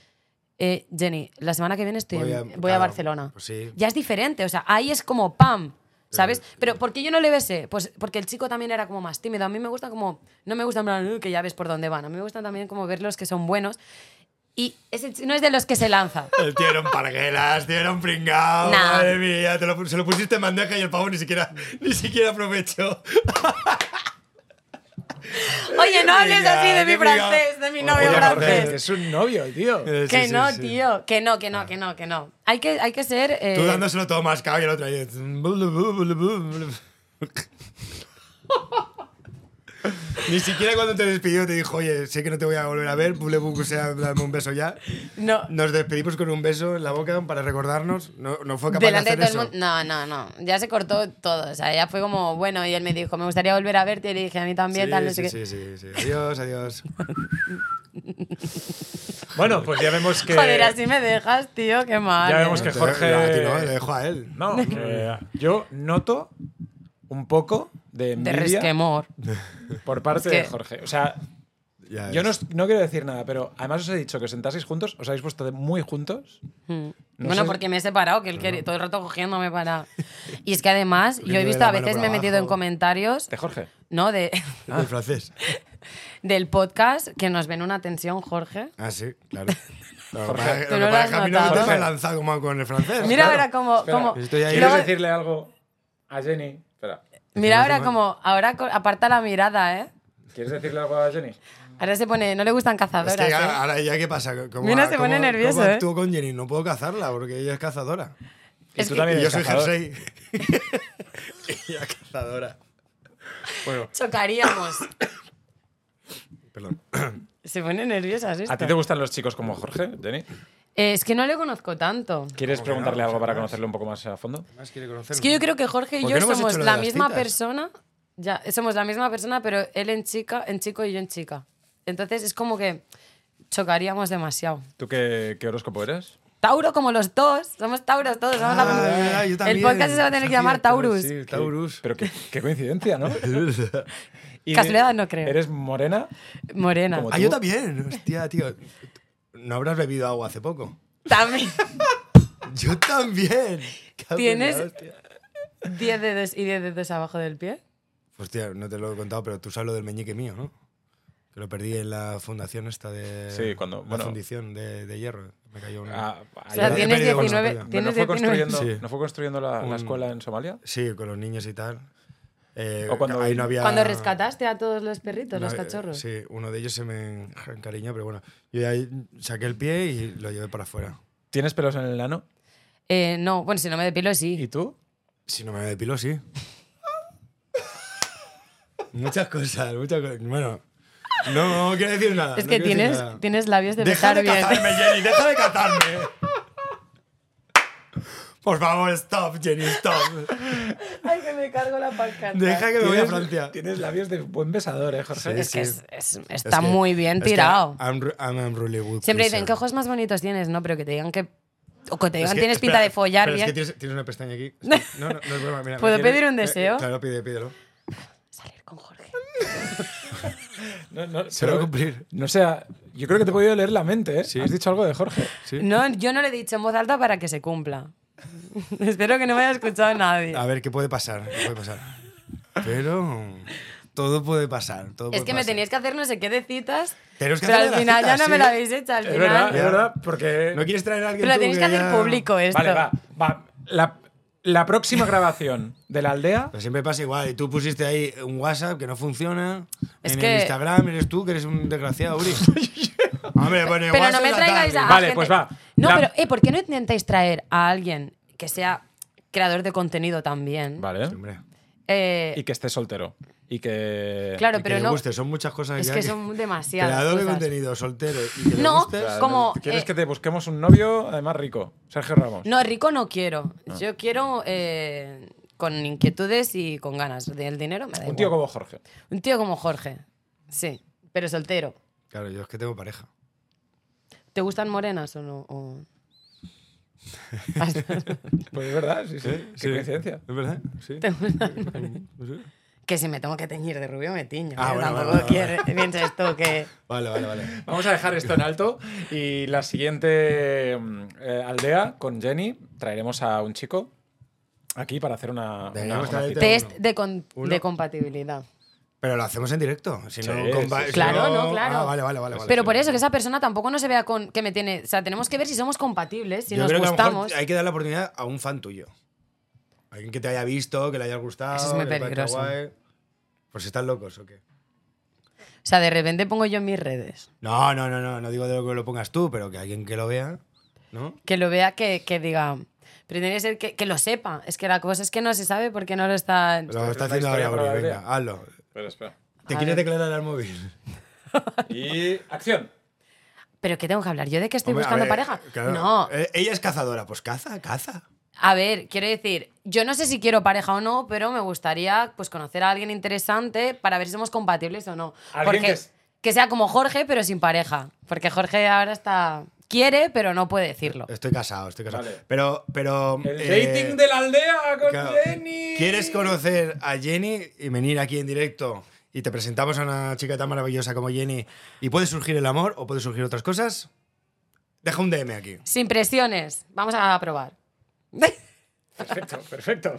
Speaker 3: eh, Jenny, la semana que viene estoy en-
Speaker 2: Voy
Speaker 3: voy,
Speaker 2: a-
Speaker 3: a,
Speaker 2: claro,
Speaker 3: Barcelona.
Speaker 2: pues sí.
Speaker 3: Ya es diferente. O sea, ahí es como pam. ¿Sabes? Pero ¿por qué yo no le besé? Pues porque el chico también era como más tímido. A mí me gusta como. No me gusta en plan, "Uy, que ya ves por dónde van. A mí me gustan también como ver los que son buenos. Y ese chi- no es de los que se lanza.
Speaker 2: El tío era un parguelas, tío era un pringao.
Speaker 3: Nah.
Speaker 2: Madre mía, te lo- se lo pusiste en bandeja y el pavo ni siquiera, ni siquiera aprovechó.
Speaker 3: Oye, no hables
Speaker 2: Venga,
Speaker 3: así de
Speaker 2: qué
Speaker 3: mi
Speaker 2: pringao.
Speaker 3: francés, de mi
Speaker 2: Oye,
Speaker 3: novio
Speaker 2: Jorge,
Speaker 3: francés.
Speaker 1: es un novio, tío.
Speaker 2: Eh, sí,
Speaker 3: Que
Speaker 2: sí,
Speaker 3: no,
Speaker 2: sí.
Speaker 3: tío. Que no, que no, que no, que no. Hay que, hay que ser. eh,
Speaker 2: Tú dándoselo todo más y el otro ahí. blu, blu, blu, blu, blu. Ni siquiera cuando te despidió te dijo, oye, sé que no te voy a volver a ver, bule, bu, o sea, dame un beso ya.
Speaker 3: No.
Speaker 2: Nos despedimos con un beso en la boca para recordarnos. No, no fue capaz
Speaker 3: Delante
Speaker 2: de
Speaker 3: de todo
Speaker 2: hacer
Speaker 3: el
Speaker 2: eso.
Speaker 3: mundo. No, no, no. Ya se cortó todo. O sea, ya fue como, bueno, y él me dijo, me gustaría volver a verte. Y le dije, a mí también, tal, no
Speaker 2: sí,
Speaker 3: sé
Speaker 2: sí,
Speaker 3: qué.
Speaker 2: sí, sí, sí. Adiós, adiós.
Speaker 1: Bueno, pues ya vemos que...
Speaker 3: Joder, así me dejas, tío, qué mal.
Speaker 1: Ya
Speaker 3: eh.
Speaker 1: vemos que
Speaker 2: No,
Speaker 1: Jorge-
Speaker 2: A ti no, le dejo a él.
Speaker 1: No, que yo noto un poco de
Speaker 3: De
Speaker 1: envidia
Speaker 3: resquemor.
Speaker 1: por parte
Speaker 3: Es que-
Speaker 1: de Jorge. O sea,
Speaker 2: Ya
Speaker 1: yo no,
Speaker 2: ves.
Speaker 1: os- no quiero decir nada, pero además os he dicho que os sentaseis juntos, os habéis puesto de muy juntos. No
Speaker 3: bueno,
Speaker 1: sé-
Speaker 3: porque me he separado, que él quería- todo el rato cogiéndome para. Y es que además, yo he
Speaker 2: Cogiéndole
Speaker 3: visto,
Speaker 2: la
Speaker 3: a
Speaker 2: mano
Speaker 3: veces
Speaker 2: por
Speaker 3: me he metido en
Speaker 2: abajo.
Speaker 3: comentarios,
Speaker 1: De Jorge.
Speaker 3: ¿no? De,
Speaker 2: El francés.
Speaker 3: del podcast que nos ven una tensión, Jorge.
Speaker 2: Ah, sí, claro. Lo que
Speaker 1: Jorge,
Speaker 2: pasa es
Speaker 3: tú
Speaker 2: que lo
Speaker 3: no lo
Speaker 2: que pasa
Speaker 3: has
Speaker 2: es que a mí no me
Speaker 1: notado.
Speaker 2: gusta lanzar como con el francés.
Speaker 3: Mira
Speaker 2: claro.
Speaker 3: ahora como.
Speaker 1: Espera. pues
Speaker 3: como
Speaker 2: Estoy ahí.
Speaker 1: ¿Quieres
Speaker 3: luego-
Speaker 1: decirle algo a Jenny? Espera.
Speaker 2: Decimos
Speaker 3: mira ahora
Speaker 2: de
Speaker 3: como. Ahora co- aparta la mirada, ¿eh?
Speaker 1: ¿Quieres decirle algo a Jenny?
Speaker 3: Ahora se pone, no le gustan
Speaker 2: Es
Speaker 3: cazadoras.
Speaker 2: que
Speaker 3: ¿eh?
Speaker 2: ya- ahora ya qué pasa. ¿Cómo,
Speaker 3: Mira, se pone
Speaker 2: cómo-
Speaker 3: nervioso,
Speaker 2: cómo
Speaker 3: ¿eh?
Speaker 2: actúo con Jenny? No puedo cazarla porque ella es cazadora.
Speaker 1: Y
Speaker 3: Es
Speaker 1: tú
Speaker 3: que-
Speaker 1: también
Speaker 2: Y yo
Speaker 1: eres
Speaker 2: soy
Speaker 1: cazador.
Speaker 2: jersey. ella es cazadora. Bueno,
Speaker 3: ¿eh? Chocaríamos.
Speaker 2: perdón.
Speaker 3: Se pone nerviosa, ¿sí?
Speaker 1: ¿A ti te gustan los chicos como Jorge, Jenny?
Speaker 3: Eh, es que no le conozco tanto.
Speaker 1: ¿Quieres
Speaker 2: ¿Cómo que no?
Speaker 1: preguntarle algo
Speaker 2: Pues,
Speaker 1: para
Speaker 2: además.
Speaker 1: conocerlo un poco más a fondo?
Speaker 2: Más quiere conocerlo.
Speaker 3: Es que yo creo que Jorge y
Speaker 2: ¿Por
Speaker 3: yo
Speaker 2: qué no hemos
Speaker 3: somos
Speaker 2: hecho lo de
Speaker 3: la
Speaker 2: las
Speaker 3: misma
Speaker 2: citas?
Speaker 3: persona. Ya, somos la misma persona, pero él en chica, en chico y yo en chica. Entonces es como que chocaríamos demasiado.
Speaker 1: ¿Tú qué, qué horóscopo eres?
Speaker 3: Tauro como los dos, somos Tauros todos. somos
Speaker 2: Ah,
Speaker 3: la- el podcast se va a tener que llamar Taurus.
Speaker 2: Sí, Taurus.
Speaker 1: Pero qué, qué coincidencia, ¿no? Y-
Speaker 3: Casualidad no creo.
Speaker 1: ¿Eres morena?
Speaker 3: Morena.
Speaker 1: Como
Speaker 2: Ah, yo
Speaker 1: tú.
Speaker 2: también. Hostia, tío. ¿No habrás bebido agua hace poco?
Speaker 3: También
Speaker 2: Yo también. Cago en la
Speaker 3: Tienes-
Speaker 2: hostia.
Speaker 3: 10 dedos y 10 dedos abajo del pie.
Speaker 2: Hostia, no te lo he contado, pero tú sabes lo del meñique mío, ¿no? Que lo perdí en la fundación esta de.
Speaker 1: Sí, cuando-
Speaker 2: La
Speaker 1: bueno. fundición
Speaker 2: fundición de, hierro. Me cayó una.
Speaker 1: Ah,
Speaker 3: O
Speaker 1: ahí
Speaker 3: sea,
Speaker 1: va.
Speaker 2: he
Speaker 3: tienes
Speaker 2: perdido con
Speaker 3: 19.
Speaker 2: Sopeya.
Speaker 1: ¿No
Speaker 3: Tienes
Speaker 1: fue
Speaker 3: 19.
Speaker 1: construyendo,
Speaker 2: Sí.
Speaker 1: ¿no fue construyendo la, la
Speaker 2: Un-
Speaker 1: escuela en Somalia?
Speaker 2: Sí, con los niños y tal. Eh,
Speaker 1: O cuando-
Speaker 2: ahí no había...
Speaker 3: Cuando rescataste a todos los perritos,
Speaker 2: no,
Speaker 3: los
Speaker 2: eh,
Speaker 3: cachorros.
Speaker 2: Sí, uno de ellos se me encariñó, pero bueno. Yo ya saqué el pie y lo llevé para afuera.
Speaker 1: ¿Tienes pelos en el ano?
Speaker 3: Eh, no, bueno, si no me depilo, sí.
Speaker 1: ¿Y tú?
Speaker 2: Si no me depilo, sí. muchas cosas, muchas cosas. Bueno, no, no quiero decir nada.
Speaker 3: Es
Speaker 2: no
Speaker 3: que
Speaker 2: quiero decir
Speaker 3: tienes,
Speaker 2: nada.
Speaker 3: tienes labios de
Speaker 2: Deja
Speaker 3: besar
Speaker 2: de
Speaker 3: bien.
Speaker 2: cazarme, Jenny, deja de cazarme. Por favor, stop, Jenny, stop.
Speaker 3: Ay, que me cargo la pancarta.
Speaker 2: Deja que me voy a
Speaker 1: ¿Tienes-
Speaker 2: Francia.
Speaker 1: Tienes labios de buen besador, ¿eh, Jorge?
Speaker 3: Es
Speaker 2: Sí.
Speaker 3: que es- es- está
Speaker 2: Es que-
Speaker 3: muy bien
Speaker 2: es que
Speaker 3: tirado.
Speaker 2: I'm, ru- I'm a really good
Speaker 3: Siempre dicen,
Speaker 2: pleaser.
Speaker 3: ¿qué ojos más bonitos tienes? No, pero que te digan que... O que te
Speaker 2: Es
Speaker 3: digan,
Speaker 2: que-
Speaker 3: tienes
Speaker 2: espera,
Speaker 3: pinta de follar
Speaker 2: pero
Speaker 3: bien.
Speaker 2: Es que tienes, tienes una pestaña aquí. Es que- No, no, no es broma. Mira,
Speaker 3: ¿Puedo
Speaker 2: ¿me quieres?
Speaker 3: pedir un
Speaker 2: Eh, eh,
Speaker 3: deseo?
Speaker 2: claro, pide, pídelo.
Speaker 3: Salir con Jorge.
Speaker 1: No, no,
Speaker 2: Se
Speaker 1: pero-
Speaker 2: lo va a cumplir.
Speaker 1: No sea, yo creo que te he podido leer la mente, ¿eh?
Speaker 2: Sí.
Speaker 1: Has dicho algo de Jorge.
Speaker 2: Sí.
Speaker 3: No, yo no le he dicho en voz alta para que se cumpla. Espero que no me haya escuchado nadie.
Speaker 2: A ver, ¿qué puede pasar? ¿Qué puede pasar? Pero todo puede pasar. Todo
Speaker 3: Es
Speaker 2: puede
Speaker 3: que me
Speaker 2: pasar.
Speaker 3: teníais que hacer no sé qué de citas,
Speaker 2: Tenemos que
Speaker 3: pero
Speaker 2: hacer
Speaker 3: al
Speaker 2: las
Speaker 3: final ya
Speaker 2: citas,
Speaker 3: no me
Speaker 2: sí.
Speaker 3: la habéis hecho. Al
Speaker 1: Es
Speaker 3: final.
Speaker 1: verdad, es
Speaker 2: Ya.
Speaker 1: verdad, porque...
Speaker 2: ¿No quieres traer a alguien
Speaker 3: Pero lo
Speaker 2: tú
Speaker 3: tenéis que hacer
Speaker 2: ya-
Speaker 3: público esto.
Speaker 1: Vale, va, va. La, la próxima grabación de la aldea...
Speaker 2: Pero siempre pasa igual. Y tú pusiste ahí un WhatsApp que no funciona.
Speaker 3: Es
Speaker 2: en
Speaker 3: que-
Speaker 2: el Instagram eres tú, que eres un desgraciado, Uri. Hombre, pone
Speaker 3: Pero no
Speaker 2: WhatsApp
Speaker 3: me
Speaker 2: la
Speaker 3: traigáis a.
Speaker 2: tarde.
Speaker 1: Vale,
Speaker 3: gente-
Speaker 1: pues va.
Speaker 3: No,
Speaker 1: La-
Speaker 3: pero, eh, ¿por qué no intentáis traer a alguien que sea creador de contenido también?
Speaker 1: Vale.
Speaker 2: Sí, hombre.
Speaker 3: Eh,
Speaker 1: Y que esté soltero. Y que...
Speaker 3: claro,
Speaker 2: Y que
Speaker 3: pero
Speaker 2: le
Speaker 3: no.
Speaker 2: guste, son muchas cosas
Speaker 3: Es
Speaker 2: ya
Speaker 3: que son demasiadas.
Speaker 2: Creador de
Speaker 3: cosas.
Speaker 2: contenido, soltero. Y que le
Speaker 3: No,
Speaker 2: guste,
Speaker 3: como.
Speaker 1: ¿Quieres
Speaker 3: eh,
Speaker 1: que te busquemos un novio, además rico? Sergio Ramos.
Speaker 3: No, rico no quiero.
Speaker 2: Ah.
Speaker 3: Yo quiero eh, con inquietudes y con ganas. Del dinero me da
Speaker 1: Un tío
Speaker 3: igual.
Speaker 1: como Jorge.
Speaker 3: Un tío como Jorge. Sí, pero soltero.
Speaker 2: Claro, yo es que tengo pareja.
Speaker 3: ¿Te gustan morenas o no? O-
Speaker 1: Pues es verdad, sí, sí. Qué
Speaker 2: sí.
Speaker 1: coincidencia.
Speaker 2: ¿Es verdad? Sí.
Speaker 3: que si me tengo que teñir de rubio me tiño.
Speaker 2: Ah,
Speaker 3: ¿eh?
Speaker 2: bueno,
Speaker 3: Tampoco
Speaker 2: bueno, bueno,
Speaker 3: quiere- pienses tú que...
Speaker 2: Vale, vale, vale.
Speaker 1: Vamos a dejar esto en alto y la siguiente mm, eh, aldea con Jenny traeremos a un chico aquí para hacer una, una-
Speaker 2: Deberíamos
Speaker 1: una
Speaker 2: traer
Speaker 1: cita.
Speaker 2: Tengo
Speaker 3: Test
Speaker 2: uno.
Speaker 3: de, con-
Speaker 2: Uno.
Speaker 3: de compatibilidad.
Speaker 2: Pero lo hacemos en directo. Si no,
Speaker 1: Sí,
Speaker 2: compa-
Speaker 1: sí, sí.
Speaker 2: si
Speaker 3: Claro, no, claro.
Speaker 2: Ah, vale, vale, vale. vale.
Speaker 3: Pero por eso, que esa persona tampoco no se vea con... Que me tiene... O sea, tenemos que ver si somos compatibles, si
Speaker 2: Yo
Speaker 3: nos
Speaker 2: creo que a lo mejor
Speaker 3: gustamos.
Speaker 2: hay que dar la oportunidad a un fan tuyo. Alguien que te haya visto, que le haya gustado.
Speaker 3: Eso es
Speaker 2: que
Speaker 3: muy
Speaker 2: le parezca
Speaker 3: peligroso.
Speaker 2: guay. Pues están locos o qué.
Speaker 3: O sea, de repente pongo yo en mis redes.
Speaker 2: No, no, no, no. No digo de lo que lo pongas tú, pero que alguien que lo vea, ¿no?
Speaker 3: Que lo vea, que, que diga... Pero tiene que ser que, que lo sepa. Es que la cosa es que no se sabe porque no lo está...
Speaker 2: Lo está
Speaker 1: es la
Speaker 2: haciendo
Speaker 1: historia
Speaker 2: ahora,
Speaker 1: para
Speaker 2: Uri,
Speaker 1: la
Speaker 2: venga,
Speaker 1: aldea.
Speaker 2: hazlo.
Speaker 1: Espera, espera.
Speaker 2: ¿Te
Speaker 3: A
Speaker 2: quieres
Speaker 3: ver.
Speaker 2: declarar al móvil?
Speaker 1: Y acción.
Speaker 3: ¿Pero qué tengo que hablar? ¿Yo de que estoy
Speaker 2: Hombre, a
Speaker 3: buscando
Speaker 2: ver,
Speaker 3: pareja?
Speaker 2: claro.
Speaker 3: No.
Speaker 2: Eh, Ella es cazadora, pues caza, caza.
Speaker 3: A ver, quiero decir, yo no sé si quiero pareja o no, pero me gustaría pues conocer a alguien interesante para ver si somos compatibles o no.
Speaker 1: Alguien
Speaker 3: Porque,
Speaker 1: que es-
Speaker 3: que sea como Jorge, pero sin pareja. Porque Jorge ahora está. quiere, pero no puede decirlo.
Speaker 2: Estoy casado, estoy casado.
Speaker 1: Vale.
Speaker 2: Pero, pero.
Speaker 1: El
Speaker 2: eh,
Speaker 1: dating de la aldea con
Speaker 2: claro,
Speaker 1: Jenny.
Speaker 2: ¿Quieres conocer a Jenny y venir aquí en directo y te presentamos a una chica tan maravillosa como Jenny y puede surgir el amor o puede surgir otras cosas? Deja un DM aquí.
Speaker 3: Sin presiones. Vamos a probar.
Speaker 1: Perfecto, perfecto.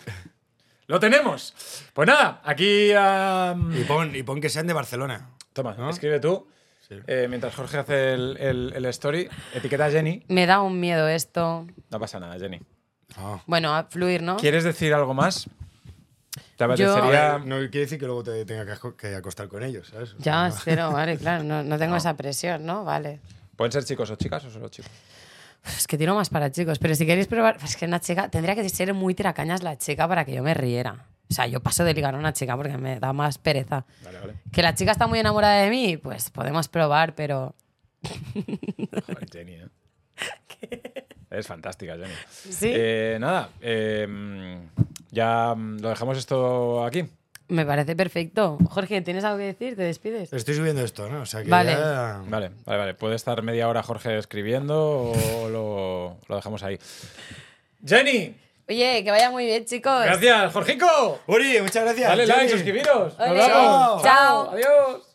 Speaker 1: Lo tenemos. Pues nada, aquí. am,
Speaker 2: Y pon, y pon que sean de Barcelona.
Speaker 1: Toma,
Speaker 2: ¿No?
Speaker 1: escribe tú.
Speaker 2: Sí.
Speaker 1: Eh, mientras Jorge hace el, el- el story, etiqueta a Jenny.
Speaker 3: Me da un miedo esto.
Speaker 1: No pasa nada, Jenny. Ah.
Speaker 2: No.
Speaker 3: Bueno, a fluir, ¿no?
Speaker 1: ¿Quieres decir algo más? ¿Te
Speaker 2: A
Speaker 1: apetecería?
Speaker 2: ver, no quiere decir que luego te tenga que aco- que acostar con ellos, ¿sabes?
Speaker 3: Ya,
Speaker 2: No.
Speaker 3: espero, vale, claro. No, no tengo esa presión, ¿no? Vale.
Speaker 1: ¿Pueden ser chicos o chicas o solo chicos?
Speaker 3: Es que tiro más para chicos, pero si queréis probar, es que una chica tendría que ser muy tiracañas la chica para que yo me riera. O sea, yo paso de ligar a una chica porque me da más pereza.
Speaker 1: Vale, vale.
Speaker 3: Que la chica está muy enamorada de mí, pues podemos probar, pero
Speaker 1: Joder, Jenny, ¿eh? Es fantástica, Jenny.
Speaker 3: Sí.
Speaker 1: Eh, nada, eh, ya mm, lo dejamos esto aquí.
Speaker 3: Me parece perfecto. Jorge, ¿tienes algo que decir? ¿Te despides?
Speaker 2: Estoy subiendo esto, ¿no? O sea que
Speaker 3: Vale.
Speaker 2: ya-
Speaker 1: Vale, vale, vale. Puede estar media hora Jorge escribiendo o lo, lo dejamos ahí. Jenny,
Speaker 3: Oye, que vaya muy bien, chicos.
Speaker 1: gracias, Jorgico.
Speaker 2: Uri, muchas gracias.
Speaker 1: Dale like,
Speaker 2: Jenny.
Speaker 1: suscribiros. Nos
Speaker 3: Ole.
Speaker 1: vemos.
Speaker 3: Chao.
Speaker 1: Adiós.